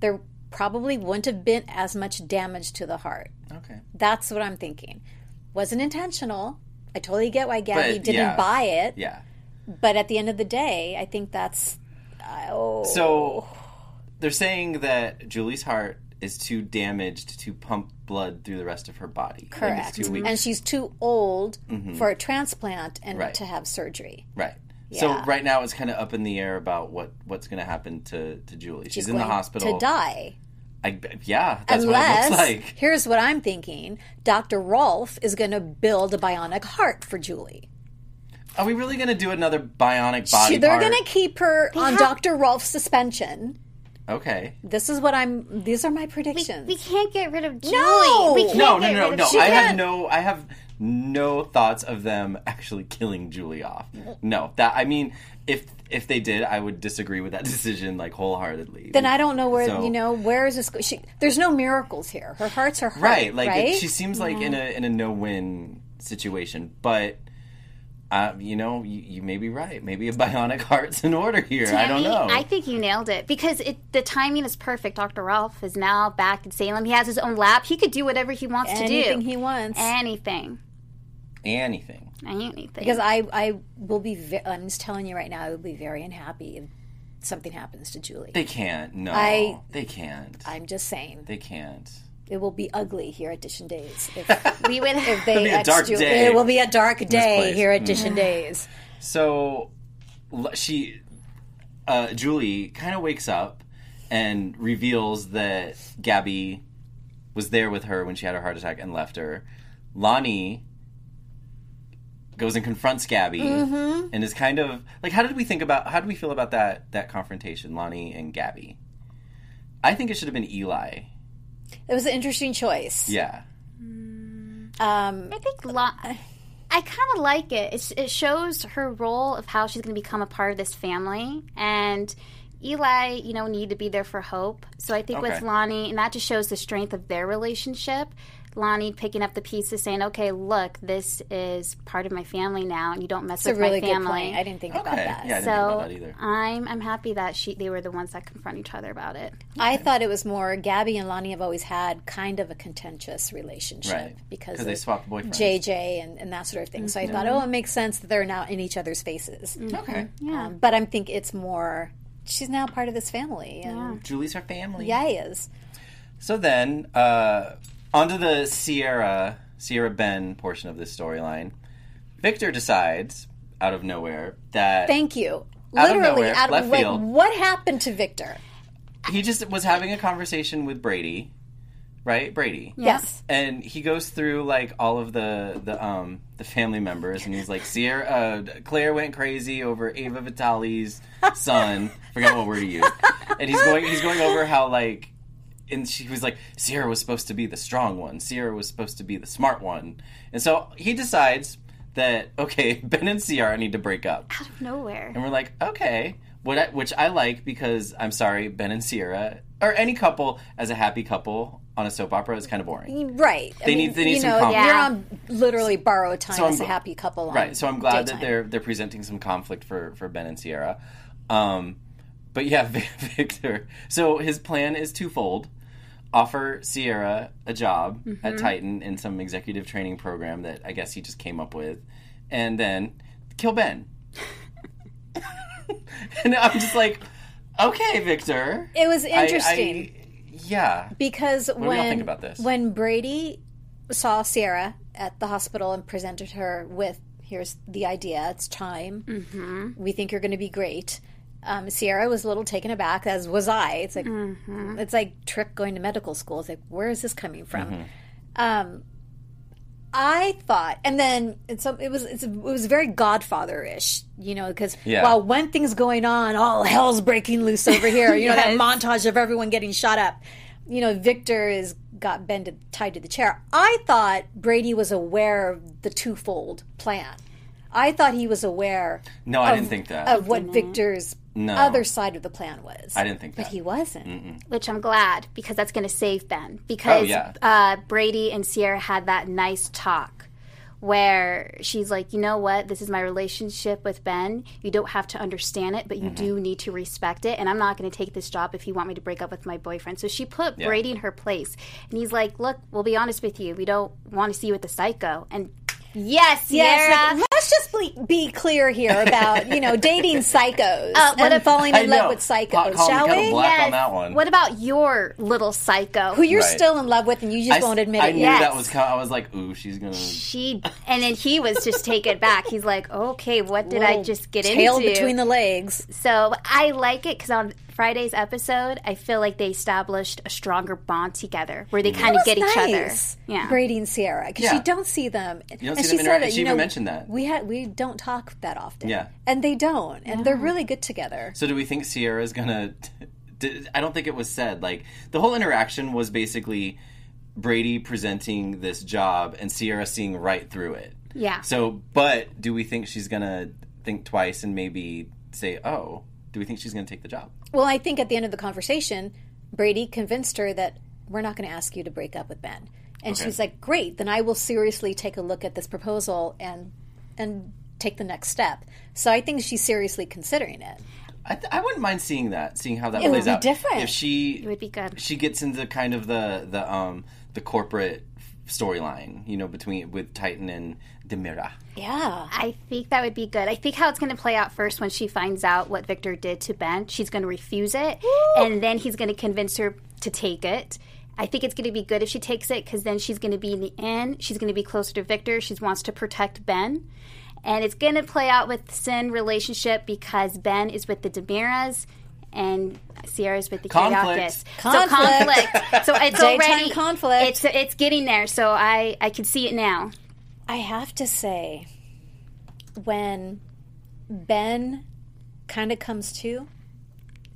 Speaker 2: there probably wouldn't have been as much damage to the heart.
Speaker 4: Okay.
Speaker 2: That's what I'm thinking. Wasn't intentional. I totally get why Gabby
Speaker 4: But,
Speaker 2: didn't
Speaker 4: yeah.
Speaker 2: buy it.
Speaker 4: Yeah.
Speaker 2: But at the end of the day, I think that's.
Speaker 4: So they're saying that Julie's heart is too damaged to pump blood through the rest of her body. Like, it's
Speaker 2: Correct.
Speaker 4: too weak.
Speaker 2: And she's too old for a transplant and
Speaker 4: Right.
Speaker 2: to have surgery.
Speaker 4: Right. So
Speaker 2: Yeah.
Speaker 4: right now it's kind of up in the air about what what's going to happen to to Julie. She's, in the
Speaker 2: going
Speaker 4: hospital
Speaker 2: to die.
Speaker 4: I, yeah, that's
Speaker 2: Unless
Speaker 4: what it looks like.
Speaker 2: here's what I'm thinking: Dr. Rolf is going to build a bionic heart for Julie.
Speaker 4: Are we really going to do another bionic body
Speaker 2: She- they're
Speaker 4: part?
Speaker 2: going to keep her on Dr. Rolf's suspension.
Speaker 4: Okay.
Speaker 2: This is what I'm. These are my
Speaker 5: We,
Speaker 2: predictions.
Speaker 5: we can't get rid of Julie.
Speaker 2: No!
Speaker 5: We can't
Speaker 4: No, no,
Speaker 5: get
Speaker 4: no,
Speaker 5: rid
Speaker 4: no.
Speaker 5: Of
Speaker 4: I
Speaker 5: Julie.
Speaker 4: have no. I have no thoughts of them actually killing Julie off. No, that I mean, if if they did, I would disagree with that decision like wholeheartedly.
Speaker 2: then I don't know where
Speaker 4: So-
Speaker 2: you know where is this. go- She, there's no miracles here. Her heart's her heart.
Speaker 4: right like
Speaker 2: right?
Speaker 4: It, she seems like in a in a no win situation but uh, you know you, you may be right maybe a bionic heart's in order here i don't
Speaker 5: Tammy,
Speaker 4: know
Speaker 5: I think you nailed it because it the timing is perfect. Dr. Ralph is now back in Salem. He has his own lab. He could do whatever he wants
Speaker 2: anything
Speaker 5: to do.
Speaker 2: he wants.
Speaker 5: anything.
Speaker 4: anything
Speaker 5: Anything.
Speaker 2: because I, I will be. Ve- I'm just telling you right now. I will be very unhappy if something happens to Julie.
Speaker 4: they can't no
Speaker 2: I-
Speaker 4: they can't
Speaker 2: I'm just saying
Speaker 4: they can't
Speaker 2: it will be ugly here at Dish and Days. If
Speaker 5: we would have
Speaker 2: they
Speaker 4: be a dark
Speaker 2: ex-Ju-
Speaker 4: day
Speaker 2: It will be a dark day
Speaker 4: place. Mm-hmm.
Speaker 2: here at Dish and Days.
Speaker 4: so l- she uh, julie kind of wakes up and reveals that gabby was there with her when she had her heart attack and left her lonnie goes and confronts gabby and is kind of like how did we think about how did we feel about that that confrontation lonnie and gabby i think it should have been eli
Speaker 2: It was an interesting choice.
Speaker 4: yeah
Speaker 2: Um,
Speaker 5: I think lo- I kind of like it. It's, it shows her role of how she's going to become a part of this family, and Eli, you know, need to be there for Hope. So I think with
Speaker 4: Okay.
Speaker 5: Lonnie, and that just shows the strength of their relationship. Lonnie picking up the pieces, saying, "Okay, look, this is part of my family now, and you don't mess
Speaker 2: it's a
Speaker 5: with
Speaker 2: really
Speaker 5: my
Speaker 2: good
Speaker 5: family."
Speaker 2: point. I didn't think about
Speaker 4: okay
Speaker 2: that.
Speaker 4: yeah i didn't think about that
Speaker 5: So
Speaker 4: either
Speaker 5: I'm I'm happy that she they were the ones that confront each other about it.
Speaker 2: I thought it was more Gabby and Lonnie have always had kind of a contentious relationship
Speaker 4: right
Speaker 2: because
Speaker 4: because they
Speaker 2: of
Speaker 4: swapped boyfriends Mm-hmm.
Speaker 2: JJ and, and that sort of thing. So I thought, oh, it makes sense that they're now in each other's faces.
Speaker 4: okay
Speaker 2: Um, but I'm think it's more she's now part of this family and
Speaker 4: julie's her family
Speaker 2: yeah, he is.
Speaker 4: So then, uh, onto the Sierra Sierra Ben portion of this storyline. Victor decides, out of nowhere, that
Speaker 2: Thank you.
Speaker 4: Out of
Speaker 2: Literally
Speaker 4: nowhere,
Speaker 2: out
Speaker 4: left
Speaker 2: of like,
Speaker 4: field.
Speaker 2: what happened to Victor?
Speaker 4: he just was having a conversation with Brady, right? Brady.
Speaker 2: Yes.
Speaker 4: And he goes through like all of the the um the family members, and he's like, Sierra uh, Claire went crazy over Ava Vitale's son. Forgot what word he used. And he's going he's going over how like. And she was like, Sierra was supposed to be the strong one. Sierra was supposed to be the smart one. And so he decides that, okay, Ben and Sierra need to break up.
Speaker 5: Out of nowhere.
Speaker 4: And we're like, okay, what I, which I like because I'm sorry, Ben and Sierra or any couple as a happy couple on a soap opera is kind of boring.
Speaker 2: Right. I
Speaker 4: They need- they need
Speaker 2: you
Speaker 4: some
Speaker 2: know,
Speaker 4: comedy.
Speaker 2: you're
Speaker 5: Yeah.
Speaker 2: on literally borrowed time
Speaker 4: So I'm
Speaker 2: as a
Speaker 4: gl-
Speaker 2: happy couple. On
Speaker 4: Right. So I'm glad that
Speaker 2: daytime.
Speaker 4: they're they're presenting some conflict for for Ben and Sierra. Um but yeah, Vic- Victor. So his plan is twofold. Offer Sierra a job
Speaker 2: Mm-hmm.
Speaker 4: at Titan in some executive training program that I guess he just came up with and then kill Ben. and I'm just like, okay, Victor.
Speaker 2: It was
Speaker 4: I- I-
Speaker 2: interesting.
Speaker 4: yeah.
Speaker 2: Because
Speaker 4: do
Speaker 2: when
Speaker 4: y'all think about this?
Speaker 2: when Brady saw Sierra at the hospital and presented her with here's the idea, it's time. Mm-hmm. We think you're going to be great. Um, Sierra was a little taken aback, as was I. It's like it's like Trick going to medical school. It's like where is this coming from?
Speaker 4: Mm-hmm.
Speaker 2: Um, I thought, and then it's, so- it was it's, it was very Godfather ish, you know, because
Speaker 4: Yeah.
Speaker 2: while one thing's going on, all hell's breaking loose over here. You know that montage of everyone getting shot up. You know, Victor is got Ben to, tied to the chair. I thought Brady was aware of the twofold plan. I thought he was aware
Speaker 4: No, I didn't think that.
Speaker 2: of what Victor's
Speaker 4: No.
Speaker 2: other side of the plan was.
Speaker 4: I didn't think
Speaker 2: but
Speaker 4: that.
Speaker 2: he wasn't.
Speaker 5: which I'm glad because that's going to save Ben because
Speaker 4: Oh, yeah.
Speaker 5: uh, Brady and Sierra had that nice talk where she's like, you know what, this is my relationship with Ben. You don't have to understand it, but you
Speaker 4: Mm-hmm.
Speaker 5: do need to respect it. And I'm not going to take this job if you want me to break up with my boyfriend. So she put Brady in her place, and he's like, look, we'll be honest with you, we don't want to see you with the psycho. And yes, Sierra,
Speaker 2: Yeah, it's like, let's let's just ble- be clear here about you know dating psychos
Speaker 5: Uh,
Speaker 2: and falling in
Speaker 4: I
Speaker 2: love
Speaker 4: know.
Speaker 2: with
Speaker 4: Hot
Speaker 2: psychos,
Speaker 4: Colin
Speaker 2: shall
Speaker 4: Kettle
Speaker 2: we?
Speaker 4: Black. on that one.
Speaker 5: What about your little psycho?
Speaker 2: Who you're
Speaker 4: Right.
Speaker 2: still in love with and you just
Speaker 4: I,
Speaker 2: won't admit
Speaker 4: I
Speaker 2: it
Speaker 4: knew
Speaker 2: yet.
Speaker 4: that was. co- I was like, ooh, she's gonna.
Speaker 5: she and then he was just taken back. He's like, okay, what did I just get
Speaker 2: Tail
Speaker 5: into?
Speaker 2: between the legs.
Speaker 5: so I like it because on Friday's episode, I feel like they established a stronger bond together, where they kind of get each other. Yeah,
Speaker 2: Brady and Sierra because
Speaker 4: Yeah.
Speaker 2: you don't see them.
Speaker 4: You don't
Speaker 2: and
Speaker 4: see them interact.
Speaker 2: it,
Speaker 4: She
Speaker 2: you
Speaker 4: even
Speaker 2: know,
Speaker 4: mentioned that.
Speaker 2: we had we don't talk that often.
Speaker 4: Yeah.
Speaker 2: and they don't, and they're really good together.
Speaker 4: So do we think Sierra's gonna? Did, I don't think it was said. Like the whole interaction was basically Brady presenting this job and Sierra seeing right through it.
Speaker 5: yeah.
Speaker 4: So, but do we think she's gonna think twice and maybe say, oh? Do we think she's gonna take the job?
Speaker 2: Well, I think at the end of the conversation, Brady convinced her that we're not going to ask you to break up with Ben, and she was like, "Great, then I will seriously take a look at this proposal and and take the next step." So I think she's seriously considering it.
Speaker 4: I, th- I wouldn't mind seeing that, seeing how that
Speaker 2: It would
Speaker 4: plays
Speaker 2: be
Speaker 4: out.
Speaker 2: different.
Speaker 4: If she it
Speaker 5: would be good.
Speaker 4: She gets into kind of the the um the corporate storyline, you know, between with Titan and Demira.
Speaker 2: Yeah,
Speaker 5: I think that would be good. I think how it's going to play out first when she finds out what Victor did to Ben, she's going to refuse it, and then he's going to convince her to take it. I think it's going to be good if she takes it because then she's going to be in the end. She's going to be closer to Victor. She wants to protect Ben. And it's going to play out with Sin relationship because Ben is with the Demiras and Sierra's with the
Speaker 4: Conflict.
Speaker 5: Kayakis.
Speaker 2: Conflict.
Speaker 5: So conflict. so it's
Speaker 2: Daytime
Speaker 5: already
Speaker 2: conflict.
Speaker 5: It's it's getting there. So I I can see it now.
Speaker 2: I have to say, when Ben kind of comes to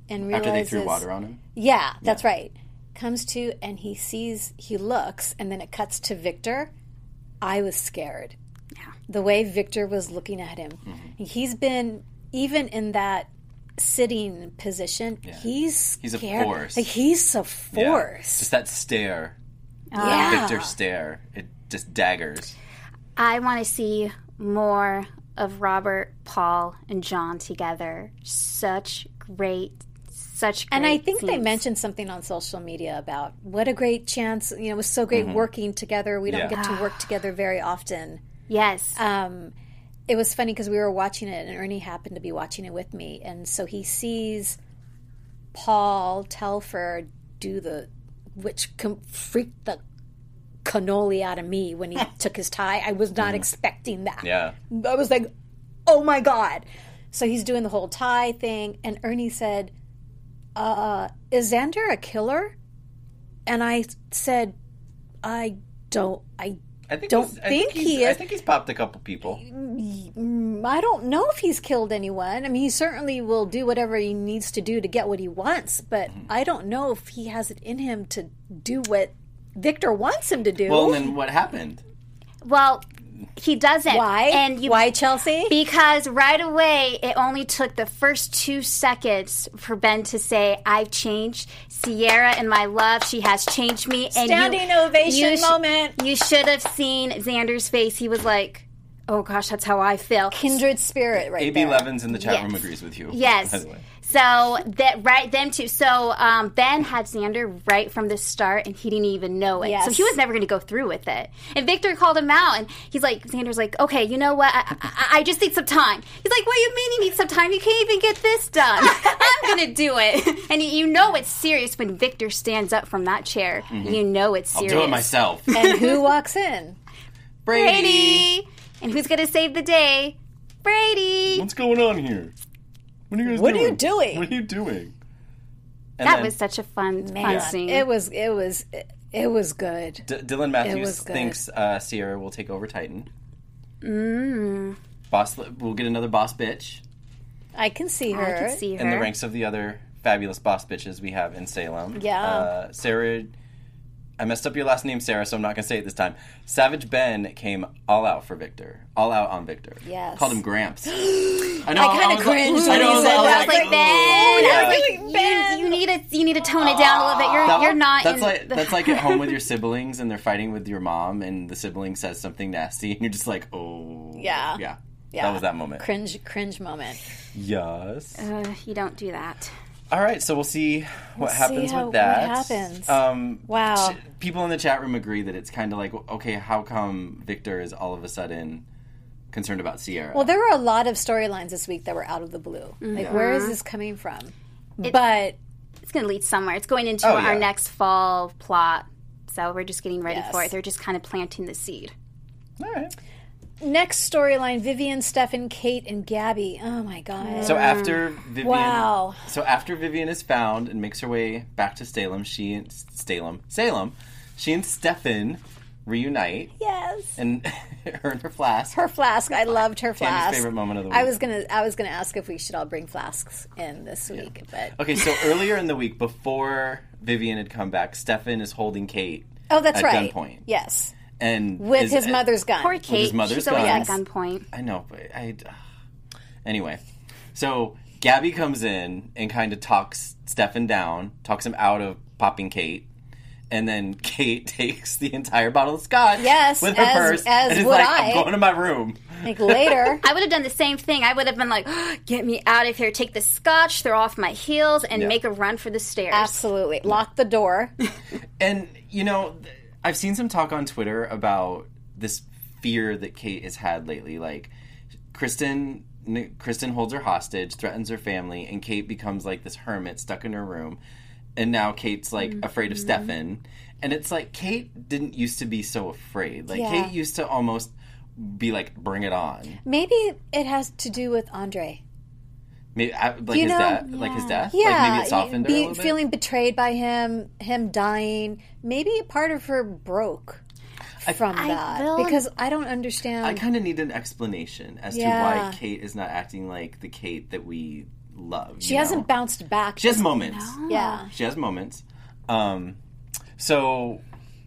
Speaker 2: and realizes,
Speaker 4: After they threw water on him.
Speaker 2: yeah, that's right, comes to and he sees, he looks, and then it cuts to Victor. I was scared. The way Victor was looking at him,
Speaker 4: Mm-hmm.
Speaker 2: he's been even in that sitting position. He's
Speaker 4: He's a
Speaker 2: scared.
Speaker 4: force.
Speaker 2: Like, he's a
Speaker 4: Yeah.
Speaker 2: force.
Speaker 4: Just that stare.
Speaker 2: Yeah.
Speaker 4: Victor stare. It just daggers.
Speaker 5: I want to see more of Robert, Paul, and John together. Such great, such great
Speaker 2: And I think they
Speaker 5: scenes.
Speaker 2: mentioned something on social media about what a great chance, you know, it was so great working together. We don't
Speaker 4: Mm-hmm. Yeah.
Speaker 2: get to work together very often.
Speaker 5: yes,
Speaker 2: uh, It was funny because we were watching it and Ernie happened to be watching it with me. And so he sees Paul Telfer do the, which com- freaked the cannoli out of me when he took his tie. I was not expecting that.
Speaker 4: Yeah.
Speaker 2: I was like, oh my God. So he's doing the whole tie thing. And Ernie said, uh, Is Xander a killer? And I said, I don't, I,
Speaker 4: I think
Speaker 2: Don't
Speaker 4: he's-
Speaker 2: think
Speaker 4: he's-
Speaker 2: he is.
Speaker 4: I think he's popped a couple people.
Speaker 2: I don't know if he's killed anyone. I mean, he certainly will do whatever he needs to do to get what he wants, but
Speaker 4: Mm-hmm.
Speaker 2: I don't know if he has it in him to do what Victor wants him to do.
Speaker 4: Well, and then what happened?
Speaker 5: well, he doesn't.
Speaker 2: why?
Speaker 5: And you
Speaker 2: why Chelsea?
Speaker 5: Because right away, it only took the first two seconds for Ben to say, I've changed. Sierra and my love, she has changed me. And you-
Speaker 2: Standing ovation moment.
Speaker 5: You should have seen Xander's face. He was like, oh gosh, that's how I feel.
Speaker 2: Kindred spirit, right
Speaker 4: AB
Speaker 2: there.
Speaker 4: Levins in the chat room
Speaker 5: Yes.
Speaker 4: agrees with you.
Speaker 5: Yes.
Speaker 4: By the way.
Speaker 5: So that right them too. So um, Ben had Xander right from the start, and he didn't even know it. So
Speaker 2: Yes.
Speaker 5: he was never going to go through with it. And Victor called him out, and he's like, Xander's like, okay, you know what? I, I, I just need some time. He's like, what do you mean you need some time? You can't even get this done. I'm going to do it. And you- you know it's serious when Victor stands up from that chair. You know it's
Speaker 4: Mm-hmm. I'll
Speaker 5: serious.
Speaker 4: do it myself.
Speaker 2: And who walks in?
Speaker 4: Mm-hmm.
Speaker 5: Brady. And who's going to save the day? Brady.
Speaker 4: What's going on here? What are you guys
Speaker 2: What are you doing?
Speaker 4: What are you doing? And
Speaker 5: that
Speaker 4: then
Speaker 5: was such a fun,
Speaker 2: Man,
Speaker 5: fun scene.
Speaker 2: It was, it was, it, it was good.
Speaker 4: D- Dylan
Speaker 2: It
Speaker 4: Matthews
Speaker 2: was good.
Speaker 4: thinks uh, Sierra will take over Titan. Mm. Boss, li- we'll get another boss bitch
Speaker 2: I can see her.
Speaker 5: I could see her.
Speaker 4: in the ranks of the other fabulous boss bitches we have in Salem.
Speaker 2: Yeah.
Speaker 4: Uh, Sarah, I messed up your last name, Sarah, so I'm not going to say it this time. Savage Ben came all out for Victor, all out on Victor.
Speaker 2: Yes.
Speaker 4: Called him Gramps. I, know,
Speaker 2: I kinda
Speaker 4: was
Speaker 2: cringed
Speaker 4: I
Speaker 2: when
Speaker 4: know,
Speaker 2: he
Speaker 4: I was
Speaker 2: said
Speaker 4: like-
Speaker 2: that.
Speaker 4: I was like,
Speaker 5: Ben. I was like,
Speaker 2: Yeah.
Speaker 5: you, you need to you need to tone it down a little bit. You're
Speaker 4: That-
Speaker 5: you're not.
Speaker 4: That's
Speaker 5: in
Speaker 4: like
Speaker 5: the-
Speaker 4: that's like at home with your siblings and they're fighting with your mom and the sibling says something nasty and you're just like, oh,
Speaker 2: Yeah.
Speaker 4: yeah.
Speaker 2: Yeah.
Speaker 4: That was that moment.
Speaker 2: Cringe, cringe moment.
Speaker 4: Yes.
Speaker 5: Ugh, you don't do that.
Speaker 4: All right, so we'll see what happens
Speaker 2: how-
Speaker 4: with that.
Speaker 2: what happens.
Speaker 4: Um,
Speaker 2: Wow.
Speaker 4: sh- people in the chat room agree that it's kind of like, okay, how come Victor is all of a sudden concerned about Sierra.
Speaker 2: Well, there were a lot of storylines this week that were out of the blue. Like, where is this coming from? but
Speaker 5: It's going to lead somewhere. It's going into
Speaker 4: Oh,
Speaker 5: our
Speaker 4: yeah.
Speaker 5: next fall plot. So we're just getting ready for
Speaker 2: Yes.
Speaker 5: it. They're just kind of planting the seed.
Speaker 4: All right.
Speaker 2: next storyline: Vivian, Stefan, Kate, and Gabby. Oh my god!
Speaker 4: So after Vivian,
Speaker 2: Wow.
Speaker 4: So after Vivian is found and makes her way back to Salem, she and Salem, Salem, she and Stefan reunite
Speaker 2: yes,
Speaker 4: and her and her flask.
Speaker 2: her flask. I loved her
Speaker 4: Tammy's
Speaker 2: flask.
Speaker 4: favorite moment of the week.
Speaker 2: I was gonna. I was gonna ask if we should all bring flasks in this week, but
Speaker 4: okay. So earlier in the week, before Vivian had come back, Stefan is holding Kate.
Speaker 2: oh, that's
Speaker 4: at
Speaker 2: right.
Speaker 4: gunpoint.
Speaker 2: Yes,
Speaker 4: and
Speaker 2: with
Speaker 4: is-
Speaker 2: his mother's gun.
Speaker 5: Poor Kate.
Speaker 4: mother's
Speaker 5: She's always
Speaker 4: gun.
Speaker 5: at gunpoint.
Speaker 4: I know, but I. Anyway, so Gabby comes in and kind of talks Stefan down, talks him out of popping Kate, and then Kate takes the entire bottle of scotch.
Speaker 2: Yes,
Speaker 4: with her
Speaker 2: as-
Speaker 4: purse,
Speaker 2: as
Speaker 4: and is
Speaker 2: would
Speaker 4: like,
Speaker 2: I.
Speaker 4: am going to my room.
Speaker 2: Like later,
Speaker 5: I would have done the same thing. I would have been like, get me out of here, take the scotch, throw off my heels, and
Speaker 4: Yeah.
Speaker 5: make a run for the stairs.
Speaker 2: absolutely lock the door.
Speaker 4: And you know, th- I've seen some talk on Twitter about this fear that Kate has had lately. Like, Kristen, n- Kristen holds her hostage, threatens her family, and Kate becomes like this hermit stuck in her room. And now Kate's like
Speaker 2: Mm-hmm.
Speaker 4: afraid of Stefan. And it's like Kate didn't used to be so afraid. Like
Speaker 2: Yeah.
Speaker 4: Kate used to almost be like, "Bring it on."
Speaker 2: Maybe it has to do with Andre.
Speaker 4: Maybe I, like his
Speaker 2: know,
Speaker 4: death, like his death.
Speaker 2: Yeah,
Speaker 4: like maybe it
Speaker 2: you-
Speaker 4: softened her a
Speaker 2: be-
Speaker 4: little bit.
Speaker 2: feeling betrayed by him, him dying. Maybe part of her broke from that
Speaker 5: will-
Speaker 2: because I don't
Speaker 4: I
Speaker 2: understand.
Speaker 4: kind of need an explanation as to
Speaker 2: Mm. Yeah.
Speaker 4: why Kate is not acting like the Kate that we love.
Speaker 2: she hasn't bounced back.
Speaker 4: She has moments.
Speaker 2: yeah,
Speaker 4: She has moments. Um, so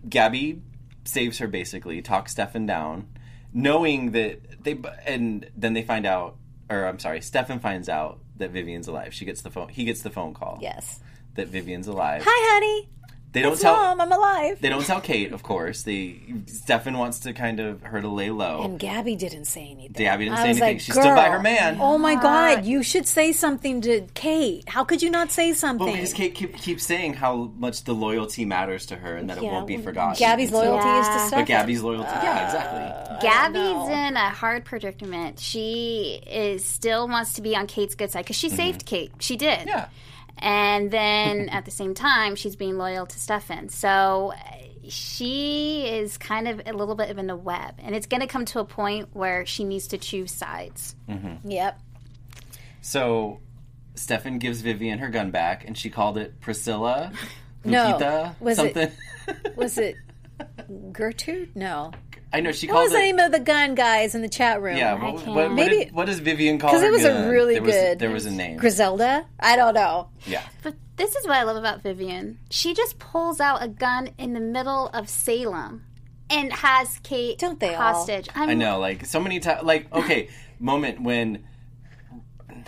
Speaker 4: Gabby saves her basically, talks Stefan down, knowing that they. And then they find out, or I'm sorry, Stefan finds out that Vivian's alive. She gets the phone. He gets the phone call.
Speaker 2: yes.
Speaker 4: That Vivian's alive.
Speaker 2: Hi, honey.
Speaker 4: they don't
Speaker 2: It's
Speaker 4: tell.
Speaker 2: Mom. I'm alive.
Speaker 4: They don't tell Kate, of course. They Stefan wants to kind of her to lay low.
Speaker 2: and Gabby didn't say anything.
Speaker 4: Gabby didn't
Speaker 2: I
Speaker 4: say
Speaker 2: was
Speaker 4: anything.
Speaker 2: like,
Speaker 4: she stood by her
Speaker 2: "Girl,
Speaker 4: man.
Speaker 2: Oh my God! You should say something to Kate. How could you not say
Speaker 4: Well,
Speaker 2: something?
Speaker 4: because Kate keep, keeps saying how much the loyalty matters to her and that it
Speaker 2: Yeah,
Speaker 4: won't be forgotten.
Speaker 2: Gabby's
Speaker 4: And so-
Speaker 2: loyalty is to Uh.
Speaker 5: Yeah.
Speaker 2: Stefan.
Speaker 4: But Gabby's loyalty, yeah, exactly.
Speaker 5: Gabby's in a hard predicament. She is still wants to be on Kate's good side because she saved Kate. She did.
Speaker 4: Mm-hmm. Yeah.
Speaker 5: And then at the same time, she's being loyal to Stefan. So uh, she is kind of a little bit of in a web. And it's going to come to a point where she needs to choose sides.
Speaker 4: Mm.
Speaker 2: Yep.
Speaker 4: So Stefan gives Vivian her gun back, and she called it Priscilla,
Speaker 2: No.
Speaker 4: Lupita,
Speaker 2: Was it-
Speaker 4: something.
Speaker 2: Was it Gertrude? No.
Speaker 4: I know she
Speaker 2: What
Speaker 4: called
Speaker 2: was the
Speaker 4: it.
Speaker 2: name of the gun guys in the chat room?
Speaker 4: yeah, what, what, what
Speaker 2: Maybe-
Speaker 4: did, what does Vivian call?
Speaker 2: Because
Speaker 4: her
Speaker 2: it was
Speaker 4: gun?
Speaker 2: a really
Speaker 4: there was,
Speaker 2: good.
Speaker 4: There was a name.
Speaker 2: Griselda? I don't know.
Speaker 4: yeah,
Speaker 5: But this is what I love about Vivian. She just pulls out a gun in the middle of Salem and has Kate
Speaker 2: Don't they all?
Speaker 5: hostage. I'm
Speaker 4: I know. Like so many times. Like okay, moment when.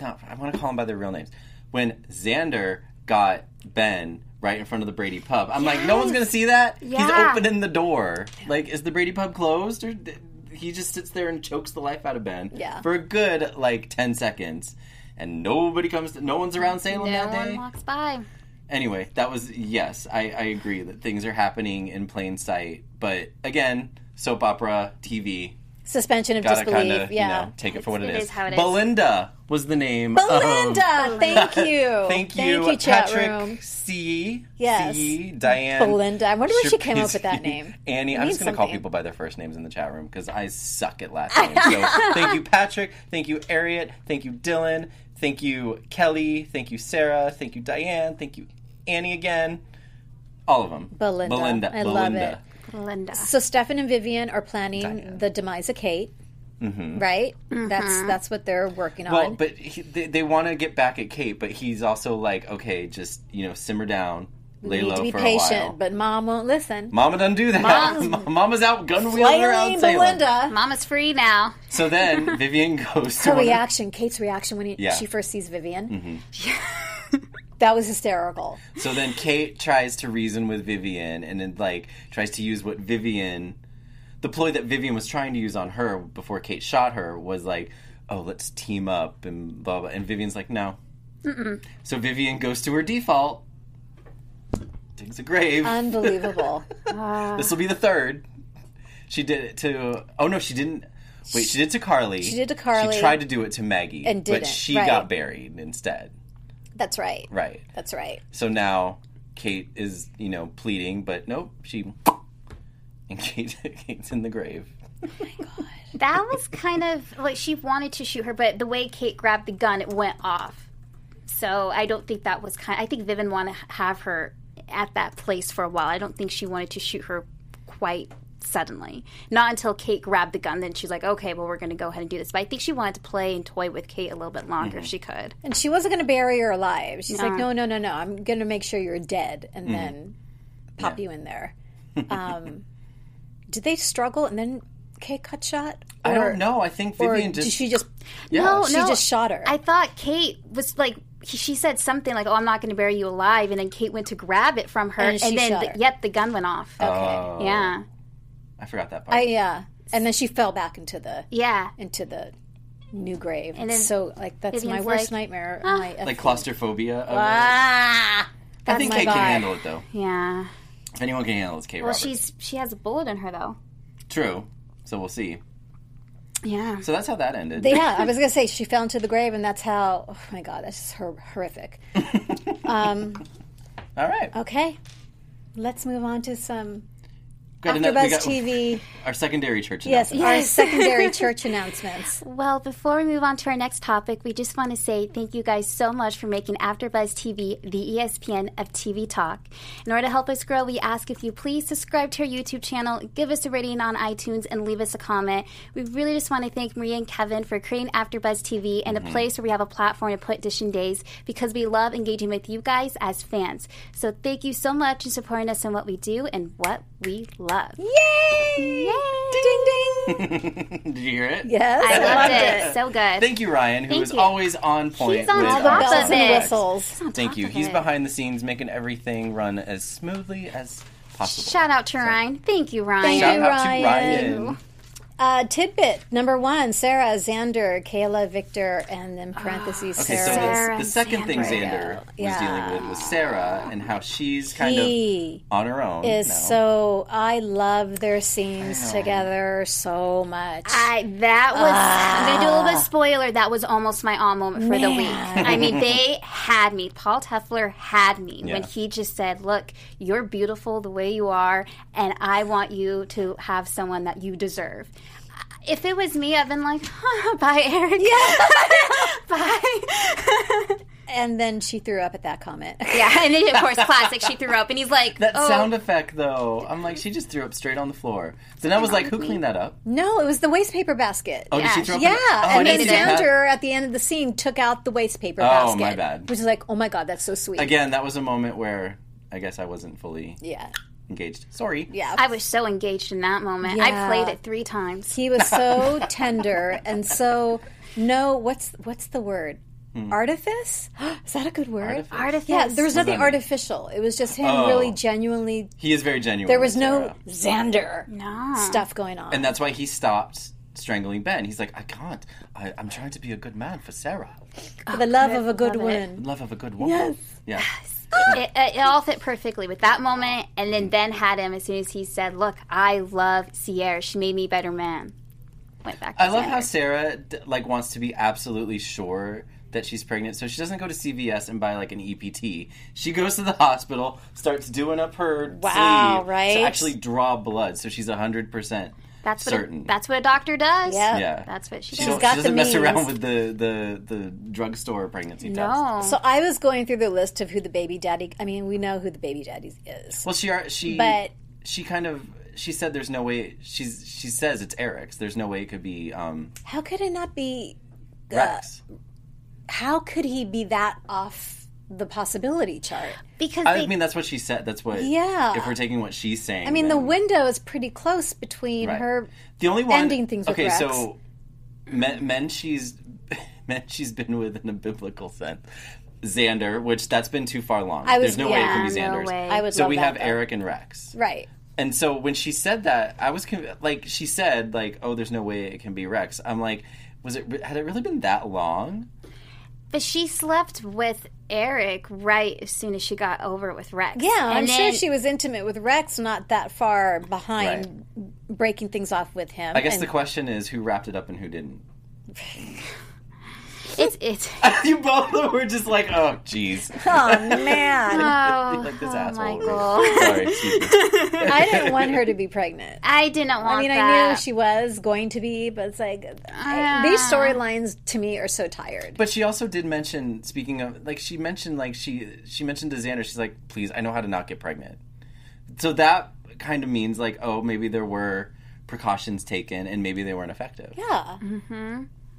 Speaker 4: Not, I want to call them by their real names. When Xander got Ben right in front of the Brady pub, I'm like, no one's gonna see that.
Speaker 5: Yeah.
Speaker 4: He's opening the door. Like, is the Brady pub closed or? d- He just sits there and chokes the life out of Ben
Speaker 2: Yeah.
Speaker 4: for a good like ten seconds, and nobody comes. no one's around
Speaker 5: No
Speaker 4: Salem that day.
Speaker 5: one walks by.
Speaker 4: Anyway, that was yes, I, I agree that things are happening in plain sight. But again, soap opera, TV,
Speaker 2: Suspension of
Speaker 4: gotta
Speaker 2: disbelief.
Speaker 4: kind of
Speaker 2: yeah.
Speaker 4: you know take it for what
Speaker 5: It
Speaker 4: it is.
Speaker 5: is how it is.
Speaker 4: Belinda was the name.
Speaker 2: Belinda,
Speaker 4: Of,
Speaker 2: thank you.
Speaker 4: Oh. thank you,
Speaker 2: chat
Speaker 4: Patrick
Speaker 2: room.
Speaker 4: C.
Speaker 2: Yes.
Speaker 4: C. Diane.
Speaker 2: Belinda. I wonder where she came up with that
Speaker 4: Shapinsky,
Speaker 2: name.
Speaker 4: Annie.
Speaker 2: It
Speaker 4: I'm just
Speaker 2: means
Speaker 4: going to call
Speaker 2: something.
Speaker 4: people by their first names in the chat room because I suck at last names. So thank you, Patrick. Thank you, Ariette. Thank you, Dylan. Thank you, Kelly. Thank you, Sarah. Thank you, Diane. Thank you, Annie again. All of them.
Speaker 2: Belinda.
Speaker 4: Belinda.
Speaker 2: I love
Speaker 4: Belinda.
Speaker 2: it.
Speaker 5: Linda.
Speaker 2: So Stefan and Vivian are planning the demise of Kate. Right? That's that's what they're working
Speaker 4: Mm-hmm. Well,
Speaker 2: on.
Speaker 4: but he, they, they want to get back at Kate, but he's also like, okay, just you know, simmer down, lay
Speaker 2: you need
Speaker 4: low
Speaker 2: to be
Speaker 4: for a while.
Speaker 2: patient, but mom won't listen.
Speaker 4: Mama doesn't do that. Mama's out gun wheeling
Speaker 2: Flailing
Speaker 4: around Salem.
Speaker 2: Belinda.
Speaker 5: Mama's free now.
Speaker 4: So then Vivian goes to
Speaker 2: Her
Speaker 4: one of-
Speaker 2: reaction, Kate's reaction when he,
Speaker 4: Yeah. Mm-hmm.
Speaker 2: she first sees Vivian. that was hysterical.
Speaker 4: So then Kate tries to reason with Vivian, and then like tries to use what Vivian, the ploy that Vivian was trying to use on her before Kate shot her was like, oh, let's team up and blah blah. And Vivian's like, no. So Vivian goes to her default, digs a grave.
Speaker 2: Unbelievable.
Speaker 4: This will be the third. She did it to. Oh no, she didn't. Wait, she did to Carly.
Speaker 2: She did to Carly.
Speaker 4: She tried to do it to Maggie,
Speaker 2: And didn't,
Speaker 4: but she
Speaker 2: right.
Speaker 4: got buried instead.
Speaker 2: That's right.
Speaker 4: Right.
Speaker 2: That's right.
Speaker 4: So now Kate is, you know, pleading, but nope, she and Kate, Kate's in the grave.
Speaker 5: That was kind of like she wanted to shoot her, but the way Kate grabbed the gun, it went off. So I don't think that was kind. I think Vivian wanted to have her at that place for a while. I don't think she wanted to shoot her quite suddenly. Not until Kate grabbed the gun, then she's like, "Okay, well, we're going to go ahead and do this." But I think she wanted to play and toy with Kate a little bit longer
Speaker 4: Mm-hmm.
Speaker 5: if she could.
Speaker 2: And she wasn't going to bury her alive. She's like, no, no, no, no. I'm going to make sure you're dead and
Speaker 4: Mm-hmm.
Speaker 2: then pop you in there. Um, did they struggle and then Kate cut shot?
Speaker 4: I
Speaker 2: Or-
Speaker 4: don't know. I think
Speaker 2: Or
Speaker 4: Vivian
Speaker 2: did
Speaker 4: just
Speaker 2: she just?
Speaker 4: yeah.
Speaker 5: No,
Speaker 2: She
Speaker 5: no.
Speaker 2: just shot her.
Speaker 5: I thought Kate was like he- she said something like, "Oh, I'm not going to bury you alive," and then Kate went to grab it from her,
Speaker 2: And
Speaker 5: and,
Speaker 2: she
Speaker 5: then
Speaker 2: shot
Speaker 5: the-
Speaker 2: her.
Speaker 5: yep, the gun went off.
Speaker 4: Oh,
Speaker 5: Yeah,
Speaker 4: I forgot that part.
Speaker 2: I, yeah. And then she fell back into the
Speaker 5: yeah.
Speaker 2: into the new grave. And
Speaker 5: then
Speaker 2: so like that's my
Speaker 5: Vivian's
Speaker 2: worst
Speaker 5: like, "Ah."
Speaker 2: nightmare. my uh,
Speaker 4: like claustrophobia. Of
Speaker 2: ah,
Speaker 4: I think Kate
Speaker 2: God.
Speaker 4: can handle it though.
Speaker 5: Yeah.
Speaker 4: If anyone can handle it, it's Kate
Speaker 5: Well,
Speaker 4: Roberts.
Speaker 5: she's she has a bullet in her though.
Speaker 4: True. So we'll see.
Speaker 5: Yeah.
Speaker 4: So that's how that ended.
Speaker 2: yeah, I was gonna say she fell into the grave, and that's how. Oh my God, that's just hor- horrific.
Speaker 4: All right.
Speaker 2: Okay, let's move on to some
Speaker 4: Got
Speaker 2: AfterBuzz
Speaker 4: another- we got
Speaker 2: TV.
Speaker 4: Our secondary church.
Speaker 2: Yes,
Speaker 4: announcement.
Speaker 2: our secondary church announcements.
Speaker 5: Well, before we move on to our next topic, we just want to say thank you guys so much for making AfterBuzz TV the E ESPN of TV talk. In order to help us grow, we ask if you please subscribe to our YouTube channel, give us a rating on iTunes, and leave us a comment. We really just want to thank Maria and Kevin for creating AfterBuzz TV and a place where we have a platform to put Dish and Days because we love engaging with you guys as fans. So thank you so much for supporting us in what we do and what we love.
Speaker 2: Yay! Ding ding!
Speaker 4: Did you hear it?
Speaker 2: Yes,
Speaker 5: I loved it. So good.
Speaker 4: Thank you, Ryan, who is
Speaker 5: Thank you.
Speaker 4: always on point.
Speaker 5: He's on
Speaker 4: with
Speaker 5: top
Speaker 4: our
Speaker 5: of it.
Speaker 4: topics.
Speaker 2: bells and
Speaker 5: it.
Speaker 2: whistles.
Speaker 4: Thank you.
Speaker 5: Top of
Speaker 4: He's
Speaker 5: it.
Speaker 4: behind the scenes making everything run as smoothly as possible.
Speaker 5: Shout out to Ryan. Thank you, Ryan.
Speaker 2: Thank
Speaker 4: Shout
Speaker 2: you,
Speaker 4: out
Speaker 2: Ryan.
Speaker 4: to Ryan.
Speaker 2: Uh, tidbit number one: Sarah, Xander, Kayla, Victor, and then parentheses
Speaker 4: Ah. Okay,
Speaker 2: Sarah.
Speaker 4: so
Speaker 5: Sarah
Speaker 4: the, the second thing
Speaker 2: Sandra.
Speaker 4: Xander was dealing with was Sarah and how she's
Speaker 2: E.
Speaker 4: kind
Speaker 2: He
Speaker 4: of on her own.
Speaker 2: is
Speaker 4: now.
Speaker 2: so. I love their scenes together so much.
Speaker 5: I, that was. I'm gonna do a little
Speaker 2: Ah.
Speaker 5: bit of spoiler. That was almost my awe moment for the week. I mean, they had me. Paul Teffler had me when
Speaker 4: Yeah.
Speaker 5: he just said, "Look, you're beautiful the way you are, and I want you to have someone that you deserve." If it was me, I've been like, "Bye, Eric. Bye."
Speaker 2: and then she threw up at that comment.
Speaker 5: yeah, and then of course, classic. She threw up, and he's like,
Speaker 4: that
Speaker 5: oh.
Speaker 4: sound effect, though, I'm like, she just threw up straight on the floor. Then I was like, who cleaned that up?
Speaker 2: No, it was the waste paper basket.
Speaker 4: Oh, did she
Speaker 5: Yeah.
Speaker 4: throw up?
Speaker 2: Yeah,
Speaker 4: in- oh, I
Speaker 2: and then
Speaker 4: didn't see that.
Speaker 2: Xander at the end of the scene took out the waste paper
Speaker 4: Oh,
Speaker 2: basket.
Speaker 4: my bad.
Speaker 2: Which is like, oh my god, that's so sweet.
Speaker 4: Again, that was a moment where I guess I wasn't fully
Speaker 2: Yeah,
Speaker 4: engaged. Sorry.
Speaker 2: yeah.
Speaker 5: I was so engaged in that moment.
Speaker 2: Yeah.
Speaker 5: I played it three times.
Speaker 2: he was so tender and so no. What's what's the word?
Speaker 4: Hmm.
Speaker 2: Artifice? is that a good word?
Speaker 5: Artifice.
Speaker 2: Yeah, there was nothing
Speaker 4: that mean?
Speaker 2: artificial. It was just him
Speaker 4: Oh.
Speaker 2: really genuinely.
Speaker 4: He is very genuine.
Speaker 2: There was
Speaker 4: with
Speaker 2: no
Speaker 4: Sarah.
Speaker 2: Xander
Speaker 5: No.
Speaker 2: stuff going on.
Speaker 4: And that's why he stopped strangling Ben. He's like, I can't. I, I'm trying to be a good man for Sarah.
Speaker 2: For the love of a good
Speaker 5: love it.
Speaker 2: woman.
Speaker 4: Love of a good woman. Yeah.
Speaker 5: it, it, it all fit perfectly with that moment, and then Ben had him as soon as he said, "Look, I love Sierra. She made me a better man." Went back. To
Speaker 4: I love how
Speaker 5: Xander.
Speaker 4: Sarah d- like wants to be absolutely sure that she's pregnant, so she doesn't go to CVS and buy like an EPT. She goes to the hospital, starts doing up her
Speaker 2: Wow,
Speaker 4: sleeve
Speaker 2: right?
Speaker 4: to actually draw blood, so she's hundred percent
Speaker 5: that's what
Speaker 4: certain.
Speaker 5: A, that's what a doctor does.
Speaker 2: Yeah.
Speaker 4: yeah,
Speaker 5: that's what she
Speaker 4: she,
Speaker 5: does.
Speaker 4: don't-
Speaker 2: got
Speaker 4: she doesn't
Speaker 2: the
Speaker 4: mess around
Speaker 2: means.
Speaker 4: with the the the drugstore pregnancy test.
Speaker 5: No.
Speaker 2: So I was going through the list of who the baby daddy. I mean, we know who the baby daddy is,
Speaker 4: Well, she are she
Speaker 2: but
Speaker 4: she kind of she said there's no way she's she says it's Eric's. There's no way it could be um
Speaker 2: how could it not be?
Speaker 4: Rex.
Speaker 2: How could he be that off the possibility chart?
Speaker 5: because
Speaker 4: I
Speaker 5: they,
Speaker 4: mean, that's what she said. That's what.
Speaker 2: Yeah.
Speaker 4: If we're taking what she's saying,
Speaker 2: I mean, the
Speaker 4: then-
Speaker 2: window is pretty close between
Speaker 4: Right.
Speaker 2: her.
Speaker 4: The only one
Speaker 2: ending things with
Speaker 4: Okay,
Speaker 2: Rex.
Speaker 4: so men, men she's men she's been with in a biblical sense. Xander, which that's been too far long.
Speaker 2: I was-
Speaker 4: There's no way it
Speaker 2: yeah,
Speaker 4: can be
Speaker 5: no
Speaker 4: Xander's.
Speaker 5: way.
Speaker 2: I would
Speaker 4: So
Speaker 2: love
Speaker 4: we
Speaker 2: that,
Speaker 4: have
Speaker 2: though.
Speaker 4: Eric and Rex.
Speaker 2: Right.
Speaker 4: And so when she said that, I was conv- like, she said like, "Oh, there's no way it can be Rex." I'm like, was it? re- Had it really been that long?
Speaker 5: But she slept with Eric right as soon as she got over with Rex.
Speaker 2: Yeah, I'm
Speaker 5: And
Speaker 2: sure
Speaker 5: then-
Speaker 2: she was intimate with Rex, not that far behind
Speaker 4: Right.
Speaker 2: breaking things off with him.
Speaker 4: I guess
Speaker 2: And
Speaker 4: the question is who wrapped it up and who didn't.
Speaker 5: It's it's
Speaker 4: you both were just like, oh, jeez.
Speaker 2: man,
Speaker 5: oh,
Speaker 4: like this
Speaker 5: oh,
Speaker 4: asshole.
Speaker 5: Michael.
Speaker 4: Sorry, excuse me.
Speaker 2: I didn't want her to be pregnant.
Speaker 5: I didn't want
Speaker 2: I mean,
Speaker 5: that.
Speaker 2: I knew she was going to be, but it's like I- these storylines to me are so tired.
Speaker 4: But she also did mention, speaking of, like she mentioned, like she she mentioned to Xander, she's like, please, I know how to not get pregnant. So that kind of means like, oh, maybe there were precautions taken and maybe they weren't effective.
Speaker 2: yeah,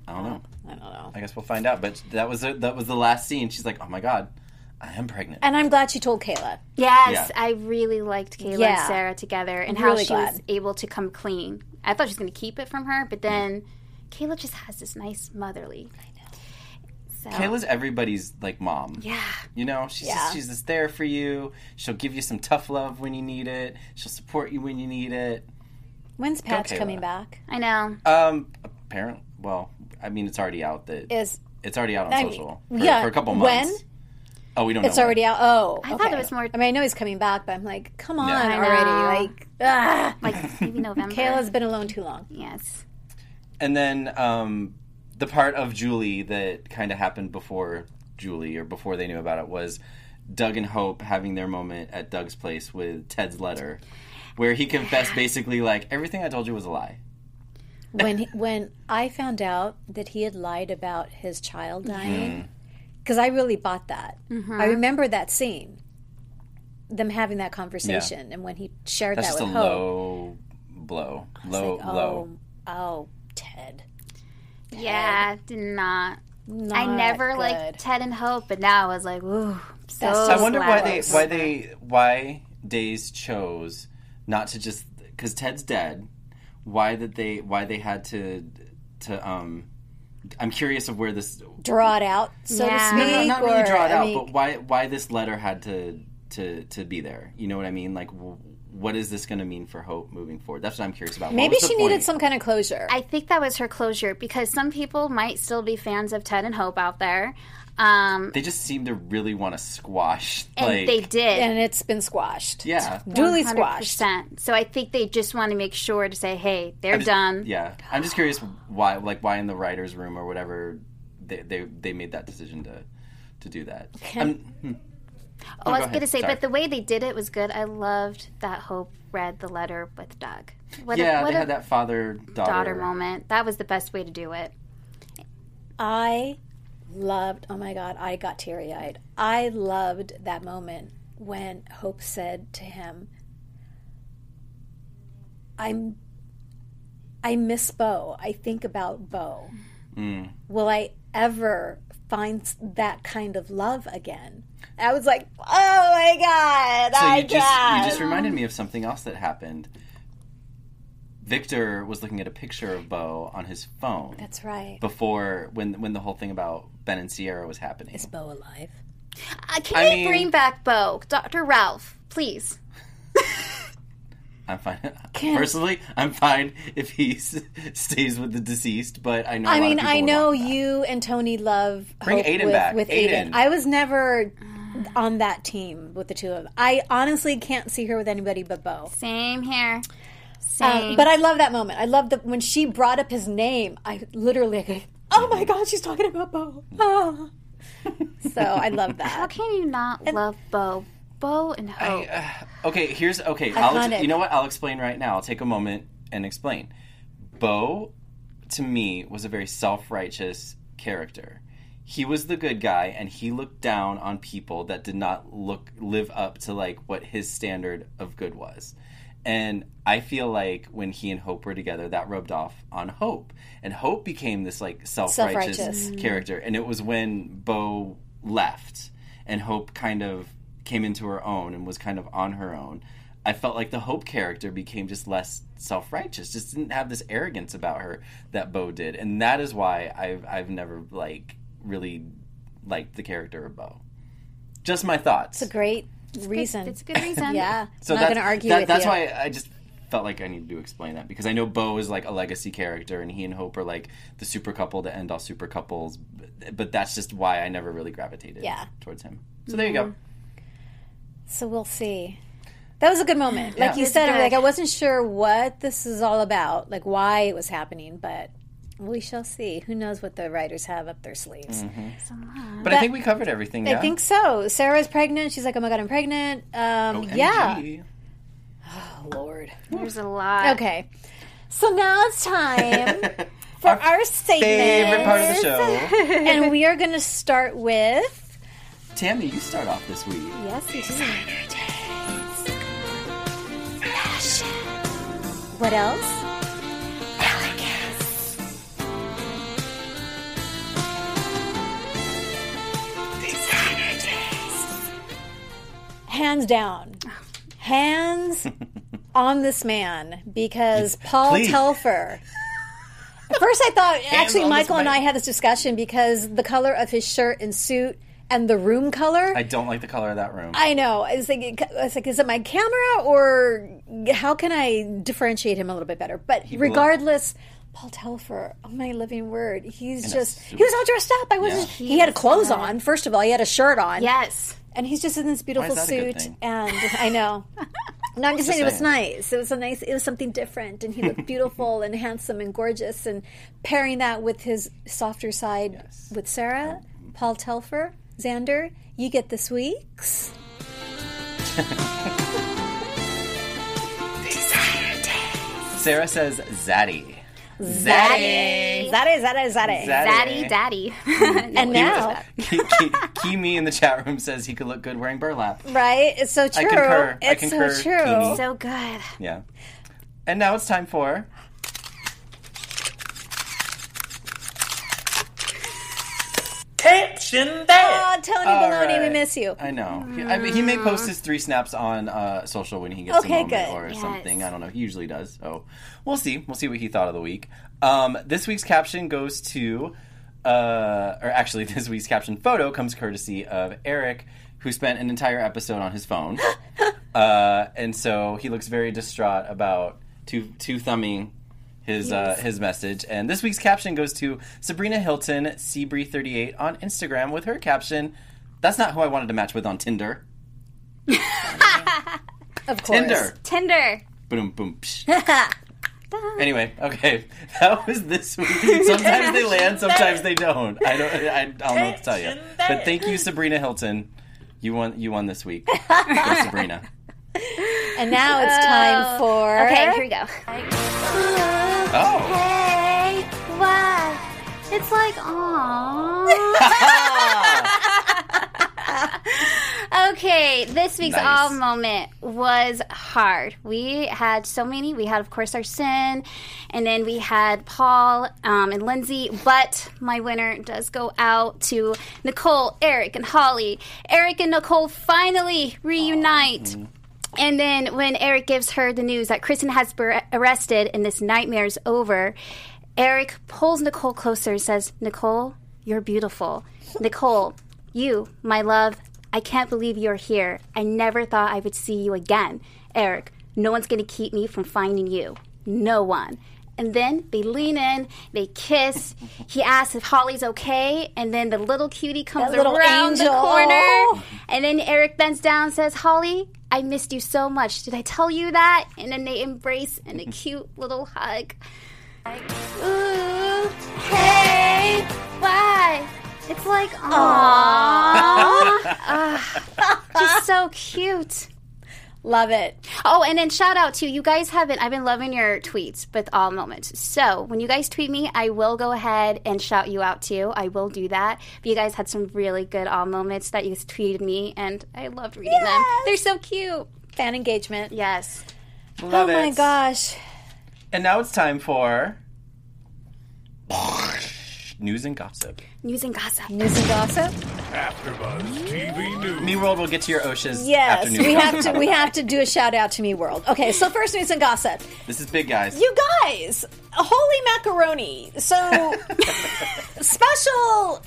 Speaker 4: I don't know.
Speaker 2: I don't know.
Speaker 4: I guess we'll find out. But that was the, that was the last scene. She's like, oh my god, I am pregnant.
Speaker 2: And I'm glad she told Kayla.
Speaker 5: Yes,
Speaker 4: Yeah.
Speaker 5: I really liked Kayla
Speaker 2: Yeah.
Speaker 5: and Sarah together and how
Speaker 2: Really
Speaker 5: she was
Speaker 2: glad.
Speaker 5: able to come clean. I thought she was going to keep it from her, but then Kayla just has this nice motherly. I know. So,
Speaker 4: Kayla's everybody's like mom.
Speaker 5: yeah.
Speaker 4: You know, she's just, she's just there for you. She'll give you some tough love when you need it. She'll support you when you need it.
Speaker 2: When's Pat's
Speaker 4: Kayla.
Speaker 2: coming back?
Speaker 5: I know.
Speaker 4: Um, apparent. Well, I mean, it's already out that
Speaker 2: Is
Speaker 4: it's already out on
Speaker 2: I mean,
Speaker 4: social for,
Speaker 2: yeah,
Speaker 4: for a couple
Speaker 2: when?
Speaker 4: months. Oh, we don't.
Speaker 2: it's
Speaker 4: know
Speaker 2: already out? Oh, I
Speaker 5: thought it was more-
Speaker 2: I mean, I know he's coming back, but I'm like, come on
Speaker 4: I
Speaker 2: already! Like, ah,
Speaker 5: Like maybe November.
Speaker 2: Kayla's been alone too long.
Speaker 5: Yes.
Speaker 4: And then um, the part of Julie that kind of happened before Julie or before they knew about it was Doug and Hope having their moment at Doug's place with Ted's letter, where he confessed basically like everything I told you was a lie.
Speaker 2: when he, when I found out that he had lied about his child dying, because I really bought that. I remember that scene, them having that conversation, and when he shared
Speaker 4: That's
Speaker 2: that
Speaker 4: just a
Speaker 2: with Hope.
Speaker 4: low blow. Low,
Speaker 2: like, oh,
Speaker 4: low.
Speaker 2: oh, Ted.
Speaker 5: Yeah, did not. I
Speaker 2: Not
Speaker 5: never
Speaker 2: good.
Speaker 5: liked Ted and Hope, but now I was like, ooh, I'm so
Speaker 2: That's so
Speaker 4: I wonder why they
Speaker 2: Slabs.
Speaker 4: why they why Days chose not to just because Ted's dead. Why that they why they had to to um. I'm curious of where this
Speaker 2: draw it out, so to
Speaker 5: Yeah.
Speaker 2: speak.
Speaker 5: No,
Speaker 4: No, not really
Speaker 2: or,
Speaker 4: draw it
Speaker 2: I
Speaker 4: out,
Speaker 2: mean,
Speaker 4: but why why this letter had to to to be there? You know what I mean? Like, w- what is this going to mean for Hope moving forward? That's what I'm curious about. What
Speaker 2: maybe
Speaker 4: was the
Speaker 2: she needed
Speaker 4: point?
Speaker 2: some kind of closure.
Speaker 5: I think that was her closure because some people might still be fans of Ted and Hope out there. Um,
Speaker 4: They just seem to really want to squash.
Speaker 5: and
Speaker 4: like,
Speaker 5: they did.
Speaker 2: and it's been squashed.
Speaker 4: yeah.
Speaker 2: duly squashed.
Speaker 5: 100%. So I think they just want to make sure to say, hey, they're
Speaker 4: just-
Speaker 5: done.
Speaker 4: Yeah, I'm just curious why, like, why in the writers' room or whatever they they, they made that decision to to do that. Um,
Speaker 5: oh, I was
Speaker 4: ahead.
Speaker 5: going to say,
Speaker 4: Sorry.
Speaker 5: but the way they did it was good. I loved that Hope read the letter with Doug. What
Speaker 4: yeah,
Speaker 5: a, what
Speaker 4: they
Speaker 5: a
Speaker 4: had that father
Speaker 5: daughter
Speaker 4: daughter
Speaker 5: moment. That was the best way to do it.
Speaker 2: I loved, oh my God, I got teary eyed. I loved that moment when Hope said to him, I'm, I miss Bo. I think about Bo.
Speaker 4: Hmm.
Speaker 2: Will I ever find s- that kind of love again? I was like, oh my God,
Speaker 4: So
Speaker 2: I
Speaker 4: you just you
Speaker 2: can't.
Speaker 4: just reminded me of something else that happened. Victor was looking at a picture of Bo on his phone
Speaker 2: That's right.
Speaker 4: before when when the whole thing about Ben and Sierra was happening.
Speaker 2: Is Bo alive?
Speaker 5: Uh, can
Speaker 4: I
Speaker 5: they
Speaker 4: mean-
Speaker 5: bring back Bo? Dr. Ralph, please.
Speaker 4: I'm fine. Personally, I'm fine if he s- stays with the deceased, but I know. a
Speaker 2: I
Speaker 4: lot of
Speaker 2: mean,
Speaker 4: people
Speaker 2: I
Speaker 4: would
Speaker 2: know
Speaker 4: want that.
Speaker 2: you and Tony love
Speaker 4: Bring
Speaker 2: Hope
Speaker 4: Aiden
Speaker 2: with,
Speaker 4: back.
Speaker 2: with
Speaker 4: Aiden.
Speaker 2: Aiden. I was never on that team with the two of them. I honestly can't see her with anybody but Bo.
Speaker 5: Same here. Same.
Speaker 2: Um, but I love that moment. I love that when she brought up his name. I literally, I go, oh my god, she's talking about Bo. Ah. so I love
Speaker 5: How
Speaker 2: that.
Speaker 5: can you not love Bo? Bo and Hope.
Speaker 4: Okay, here's okay. I'll,
Speaker 2: Iconic.
Speaker 4: you know what? I'll explain right now. I'll take a moment and explain. Bo, to me, was a very self-righteous character. He was the good guy, and he looked down on people that did not look live up to like what his standard of good was. And I feel like when he and Hope were together, that rubbed off on Hope, and Hope became this like self-righteous,
Speaker 2: Self-righteous.
Speaker 5: Mm.
Speaker 4: character. And it was when Bo left, and Hope kind of came into her own and was kind of on her own. I felt like the Hope character became just less self righteous, just didn't have this arrogance about her that Bo did, and that is why I've I've never like really liked the character of Bo. Just my thoughts.
Speaker 2: Great reason.
Speaker 5: It's a good reason.
Speaker 2: yeah,
Speaker 4: so
Speaker 2: I'm not going
Speaker 4: that's-
Speaker 2: to argue
Speaker 4: that-
Speaker 2: with
Speaker 4: That's
Speaker 2: you.
Speaker 4: why I just felt like I needed to explain that because I know Bo is like a legacy character, and he and Hope are like the super couple to end all super couples. But, but that's just why I never really gravitated
Speaker 2: Yeah. Mm-hmm.
Speaker 4: towards him. So there you go.
Speaker 2: So we'll see. That was a good moment. Like you said, like I wasn't sure what this is all about, like why it was happening, but we shall see. Who knows what the writers have up their sleeves.
Speaker 4: But, I think we covered everything.
Speaker 2: I
Speaker 4: yeah?
Speaker 2: think so. Sarah's pregnant. She's like, "Oh my god, I'm pregnant." Um, yeah.
Speaker 4: MG.
Speaker 2: Oh Lord.
Speaker 5: There's a lot.
Speaker 2: Okay. So now it's time for our
Speaker 4: Favorite part
Speaker 2: statement,
Speaker 4: of the show.
Speaker 2: and we are going to start with
Speaker 4: Tammy, you start off this week.
Speaker 2: yes, you do. What else? Hands down. Hands on this man because Paul
Speaker 4: Please.
Speaker 2: Telfer. At first, I thought actually
Speaker 4: on this
Speaker 2: Michael and I
Speaker 4: man.
Speaker 2: had this discussion because the color of his shirt and suit and the room color.
Speaker 4: I don't like the color of that room.
Speaker 2: I know. It's like it's like is it my camera or how can I differentiate him a little bit better? But regardless, Paul Telfer, oh my living word, he's just he was all dressed up. I wasn't.
Speaker 4: Yeah.
Speaker 2: He had clothes on. First of all, he had a shirt on.
Speaker 5: Yes.
Speaker 2: and he's just in this beautiful
Speaker 4: that a good
Speaker 2: suit.
Speaker 4: thing?
Speaker 2: And I know. No, I'm just, saying, it was
Speaker 4: saying.
Speaker 2: nice. It was a nice. It was something different, and he looked beautiful and handsome and gorgeous. And pairing that with his softer side with Sarah, Paul Telfer, Xander, you get this week's.
Speaker 4: Sarah says Zaddy.
Speaker 2: Zaddy. Zaddy, zaddy, zaddy.
Speaker 5: Daddy, daddy.
Speaker 2: And now,
Speaker 4: Ki- Ki- Kimi in the chat room says he could look good wearing burlap.
Speaker 2: right? It's so true.
Speaker 4: concur. I
Speaker 2: It's
Speaker 4: concur,
Speaker 2: so true.
Speaker 4: Keeney.
Speaker 5: so good.
Speaker 4: Yeah. And now it's time for.
Speaker 7: Caption
Speaker 2: Oh,
Speaker 7: that.
Speaker 2: Tony
Speaker 4: All
Speaker 2: Baloney, we
Speaker 4: right.
Speaker 2: miss you.
Speaker 4: I know. He, I mean, he may post his three snaps on uh, social when he gets
Speaker 2: Okay,
Speaker 4: a moment
Speaker 2: good.
Speaker 4: or
Speaker 5: Yes.
Speaker 4: something. I don't know. He usually does. So we'll see. We'll see what he thought of the week. Um, this week's caption goes to, uh, or actually, this week's caption photo comes courtesy of Eric, who spent an entire episode on his phone, uh, and so he looks very distraught about two two thumbing. His, uh, his message and this week's caption goes to Sabrina Hilton Seabree38 on Instagram with her caption that's not who I wanted to match with on Tinder.
Speaker 2: Of course.
Speaker 4: Tinder.
Speaker 5: Tinder.
Speaker 4: Boom, boom. psh. anyway, okay, that was this week. Sometimes they land, sometimes they don't. I don't. I, I don't know what to tell you. But thank you, Sabrina Hilton. You won. You won this week, Go, Sabrina.
Speaker 2: And now it's time for.
Speaker 5: Oh. Okay, here we go.
Speaker 4: Oh,
Speaker 5: Hey, what? It's like, aww. Okay, this week's
Speaker 4: Nice.
Speaker 5: all moment was hard. We had so many. We had, of course, our sin, and then we had Paul um, and Lindsay. But my winner does go out to Nicole, Eric, and Holly. Eric and Nicole finally reunite. And then when Eric gives her the news that Kristen has been arrested and this nightmare is over, Eric pulls Nicole closer and says, Nicole, you're beautiful. Nicole, you, my love, I can't believe you're here. I never thought I would see you again. Eric, no one's going to keep me from finding you. No one. And then they lean in, they kiss. He asks if Holly's okay, and then the little cutie comes
Speaker 2: That little
Speaker 5: around the
Speaker 2: angel.
Speaker 5: corner. And then Eric bends down and says, Holly, I missed you so much. Did I tell you that? And then they embrace in a cute little hug. Ooh, hey, why? It's like, aww. Ah, just so cute.
Speaker 2: Love it.
Speaker 5: Oh, and then shout out to you guys haven't. I've been loving your tweets with all moments. So when you guys tweet me, I will go ahead and shout you out too. I will do that. But you guys had some really good all moments that you tweeted me, and I loved reading them. They're so cute.
Speaker 2: Fan engagement.
Speaker 5: Yes.
Speaker 4: love
Speaker 2: oh
Speaker 4: it.
Speaker 2: my gosh.
Speaker 4: And now it's time for news and gossip.
Speaker 5: News and gossip.
Speaker 2: News and gossip.
Speaker 8: AfterBuzz TV News.
Speaker 4: Me World will get to your OSHAs.
Speaker 2: Yes,
Speaker 4: after news
Speaker 2: we
Speaker 4: and
Speaker 2: have
Speaker 4: gossip.
Speaker 2: to. We have to do a shout out to Me World. Okay, so first news and gossip.
Speaker 4: This is big, guys.
Speaker 2: You guys, holy macaroni. So, special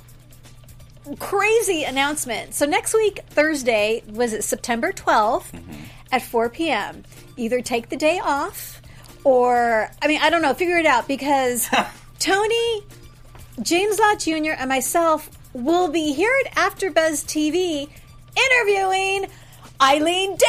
Speaker 4: Mm-hmm.
Speaker 2: crazy announcement. So, next week, Thursday, was it September 12th? at 4 p.m. Either take the day off or, I mean, I don't know, figure it out because Tony, James Lott Jr., and myself will be here at AfterBuzz TV interviewing Eileen Davidson.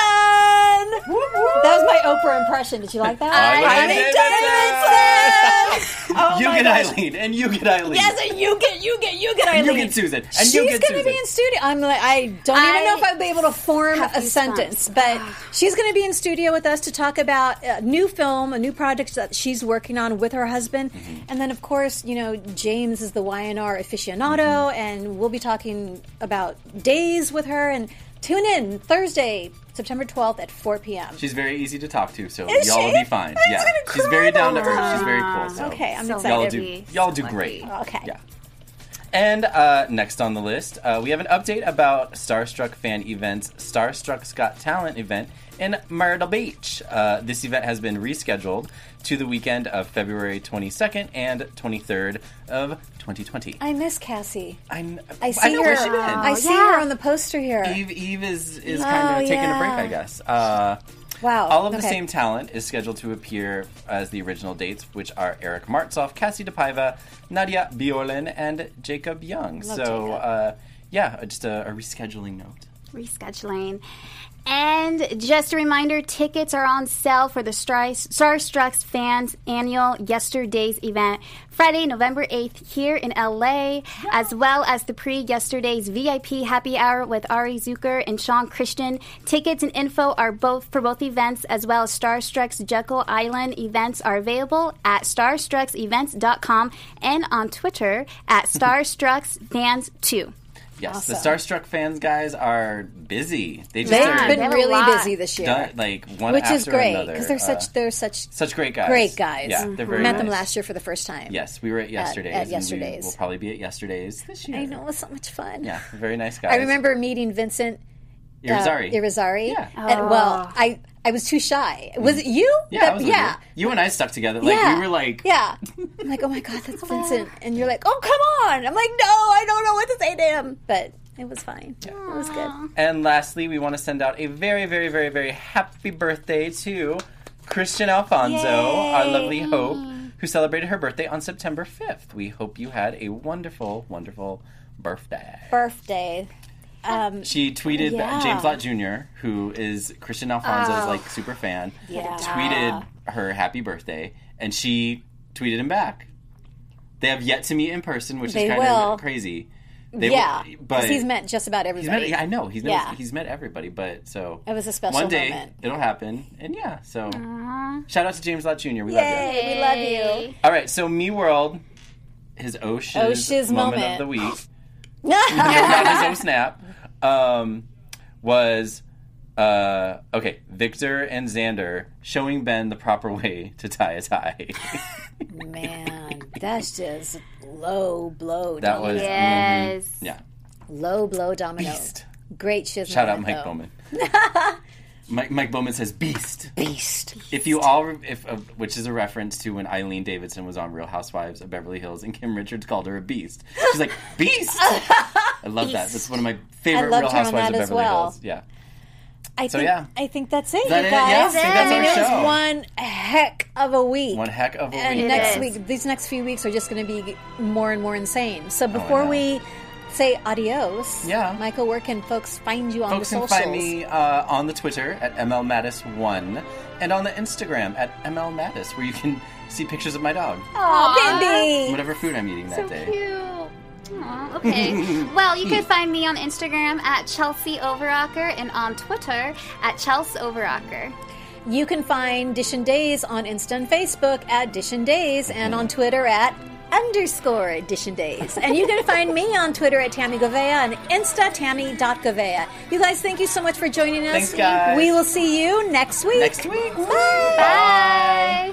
Speaker 2: That was my Oprah impression. Did you like that?
Speaker 4: Eileen
Speaker 2: Eileen Davidson. oh
Speaker 4: you
Speaker 2: my
Speaker 4: get
Speaker 2: gosh.
Speaker 4: Eileen, and you get Eileen.
Speaker 2: Yes, and you get, you get, you get Eileen.
Speaker 4: you get Susan, and
Speaker 2: She's
Speaker 4: you get
Speaker 2: gonna
Speaker 4: Susan.
Speaker 2: be in studio. I'm like, I don't
Speaker 5: I
Speaker 2: even know if I'd be able to form
Speaker 5: have
Speaker 2: a
Speaker 5: goosebumps.
Speaker 2: sentence, but she's going to be in studio with us to talk about a new film, a new project that she's working on with her husband,
Speaker 4: Mm-hmm.
Speaker 2: and then of course, you know, James is the YNR aficionado,
Speaker 4: Mm-hmm.
Speaker 2: and we'll be talking about days with her. And tune in Thursday, September 12th at 4 p.m.
Speaker 4: She's very easy to talk to, so
Speaker 2: Is
Speaker 4: y'all will
Speaker 2: she?
Speaker 4: be
Speaker 2: I'm
Speaker 4: fine. yeah,
Speaker 2: gonna
Speaker 4: she's
Speaker 2: cry
Speaker 4: very down to
Speaker 2: all the
Speaker 4: earth. She's very cool.
Speaker 5: time.
Speaker 4: So
Speaker 2: Okay, I'm
Speaker 5: So
Speaker 2: excited.
Speaker 4: y'all
Speaker 5: lucky.
Speaker 4: do y'all do
Speaker 5: So
Speaker 4: great.
Speaker 5: lucky.
Speaker 2: Okay.
Speaker 4: Yeah. And uh, next on the list, uh, we have an update about Starstruck Fan Event's Starstruck's Got Talent event in Myrtle Beach. Uh, this event has been rescheduled to the weekend of February 22nd and 23rd of 2020.
Speaker 2: I miss Cassie.
Speaker 4: I'm,
Speaker 2: I see
Speaker 4: know
Speaker 2: her.
Speaker 4: where she been.
Speaker 5: Oh,
Speaker 2: I see her on the poster here.
Speaker 4: Eve, Eve is, is kind
Speaker 2: Oh,
Speaker 4: of taking a break,
Speaker 2: yeah.
Speaker 4: I guess. Uh,
Speaker 2: Wow.
Speaker 4: all of the
Speaker 2: Okay.
Speaker 4: same talent is scheduled to appear as the original dates, which are Eric Martzoff, Cassie DePaiva, Nadia Biolin, and Jacob Young. so,
Speaker 2: Jacob.
Speaker 4: Uh, yeah, just a, a rescheduling note.
Speaker 5: rescheduling. And just a reminder, tickets are on sale for the Stri- Starstrucks fans annual Yesterday's event, Friday, November 8th here in LA, as well as the pre-Yesterday's VIP happy hour with Ari Zucker and Sean Christian. Tickets and info are both for both events as well as Starstrucks Jekyll Island events are available at starstrucksevents.com and on Twitter at starstrucksfans2.
Speaker 4: Yes, the Starstruck fans guys are busy. They just
Speaker 2: They've
Speaker 4: are
Speaker 2: been
Speaker 5: have a
Speaker 2: really
Speaker 5: lot
Speaker 2: busy this year.
Speaker 4: done, like one
Speaker 2: which
Speaker 4: after
Speaker 2: is great
Speaker 4: another.
Speaker 2: because they're
Speaker 4: Uh,
Speaker 2: such they're such
Speaker 4: such great guys.
Speaker 2: great guys.
Speaker 4: Yeah, they're very
Speaker 2: Met them
Speaker 4: nice.
Speaker 2: last year for the first time.
Speaker 4: Yes, we were at yesterday's. and we
Speaker 2: Yesterday's.
Speaker 4: will probably be at yesterday's this year.
Speaker 2: I know it was so much fun.
Speaker 4: Yeah, very nice guys.
Speaker 2: I remember meeting Vincent uh,
Speaker 4: Irizarry.
Speaker 2: Irizarry.
Speaker 4: Yeah. Mm-hmm.
Speaker 2: And, well, I I was too shy. Was it you?
Speaker 4: Yeah,
Speaker 2: That-
Speaker 4: I was with
Speaker 2: yeah.
Speaker 4: you. You and I stuck together. Like
Speaker 2: yeah.
Speaker 4: we were like,
Speaker 2: yeah. I'm like, oh my god, that's Vincent, and you're like, oh come on. I'm like, no, I don't know what to say to him, but it was fine. It was good.
Speaker 4: And lastly, we want to send out a very, very, very, very happy birthday to Christian Alfonso, our lovely Hope, who celebrated her birthday on September 5th. We hope you had a wonderful, wonderful birthday.
Speaker 2: Birthday.
Speaker 4: She tweeted
Speaker 2: Yeah. Oh.
Speaker 4: that James Lott Jr., who is Christian Alfonso's like super fan, tweeted her happy birthday, and she tweeted him back. They have yet to meet in person, which
Speaker 2: They
Speaker 4: is kind
Speaker 2: will.
Speaker 4: of crazy. They
Speaker 2: yeah.
Speaker 4: will-
Speaker 2: Because he's met just about
Speaker 4: He's
Speaker 2: everybody.
Speaker 4: met, yeah, I know. He's met,
Speaker 2: Yeah.
Speaker 4: he's met everybody, but so
Speaker 2: It was a special
Speaker 4: one day
Speaker 2: moment.
Speaker 4: it'll happen, and yeah. So shout out to James Lott Jr. We love you.
Speaker 2: Hey, we love you.
Speaker 4: All right, so Me World, his oh shiz
Speaker 2: Oh shiz
Speaker 4: moment,
Speaker 2: moment.
Speaker 4: of the week, not his oh snap, um, was uh, okay. Victor and Xander showing Ben the proper way to tie a tie.
Speaker 2: Man, that's just low blow.
Speaker 4: that
Speaker 2: domino.
Speaker 4: was
Speaker 5: Yes.
Speaker 4: yeah.
Speaker 2: low blow domino.
Speaker 4: Beast.
Speaker 2: Great shiz.
Speaker 4: Shout out
Speaker 2: moment,
Speaker 4: Mike
Speaker 2: though.
Speaker 4: Bowman. Mike, Mike Bowman says beast.
Speaker 2: Beast.
Speaker 4: If you all, re- if uh, which is a reference to when Eileen Davidson was on Real Housewives of Beverly Hills, and Kim Richards called her a beast. She's like beast. I love that. That's one of my favorite
Speaker 2: loved
Speaker 4: Real
Speaker 2: her on
Speaker 4: Housewives
Speaker 2: that
Speaker 4: of
Speaker 2: as
Speaker 4: Beverly
Speaker 2: well.
Speaker 4: Hills. Yeah,
Speaker 2: I
Speaker 4: So,
Speaker 2: think,
Speaker 4: yeah.
Speaker 2: I think that's it,
Speaker 4: that
Speaker 2: you
Speaker 4: it?
Speaker 2: guys.
Speaker 4: Yeah, I think
Speaker 2: I
Speaker 4: that's
Speaker 2: mean,
Speaker 4: our
Speaker 2: it was
Speaker 4: show.
Speaker 2: one heck of a week.
Speaker 4: one heck of a
Speaker 2: and
Speaker 4: week.
Speaker 2: next
Speaker 5: is.
Speaker 2: week, these next few weeks are just going to be more and more insane. So
Speaker 4: Oh, I
Speaker 2: before
Speaker 4: know.
Speaker 2: we say adios,
Speaker 4: Yeah.
Speaker 2: Michael, where can folks find you on
Speaker 4: Folks
Speaker 2: the
Speaker 4: can
Speaker 2: socials?
Speaker 4: find me uh, on the Twitter at mlmattis1 and on the Instagram at mlmattis, where you can see pictures of my dog,
Speaker 2: Oh, Aw, Bimbi.
Speaker 4: whatever food I'm eating that day.
Speaker 5: Cute. Aw, okay. well, you can find me on Instagram at Chelsea Overrocker and on Twitter at Chelsea Overrocker.
Speaker 2: You can find Dish and Days on Insta and Facebook at Dish and Days and on Twitter at underscore Dish and Days. And you can find me on Twitter at Tammy Govea and Insta Tammy.Govea. You guys, thank you so much for joining us.
Speaker 4: Thanks, guys.
Speaker 2: We will see you next week.
Speaker 4: Next week.
Speaker 5: Bye.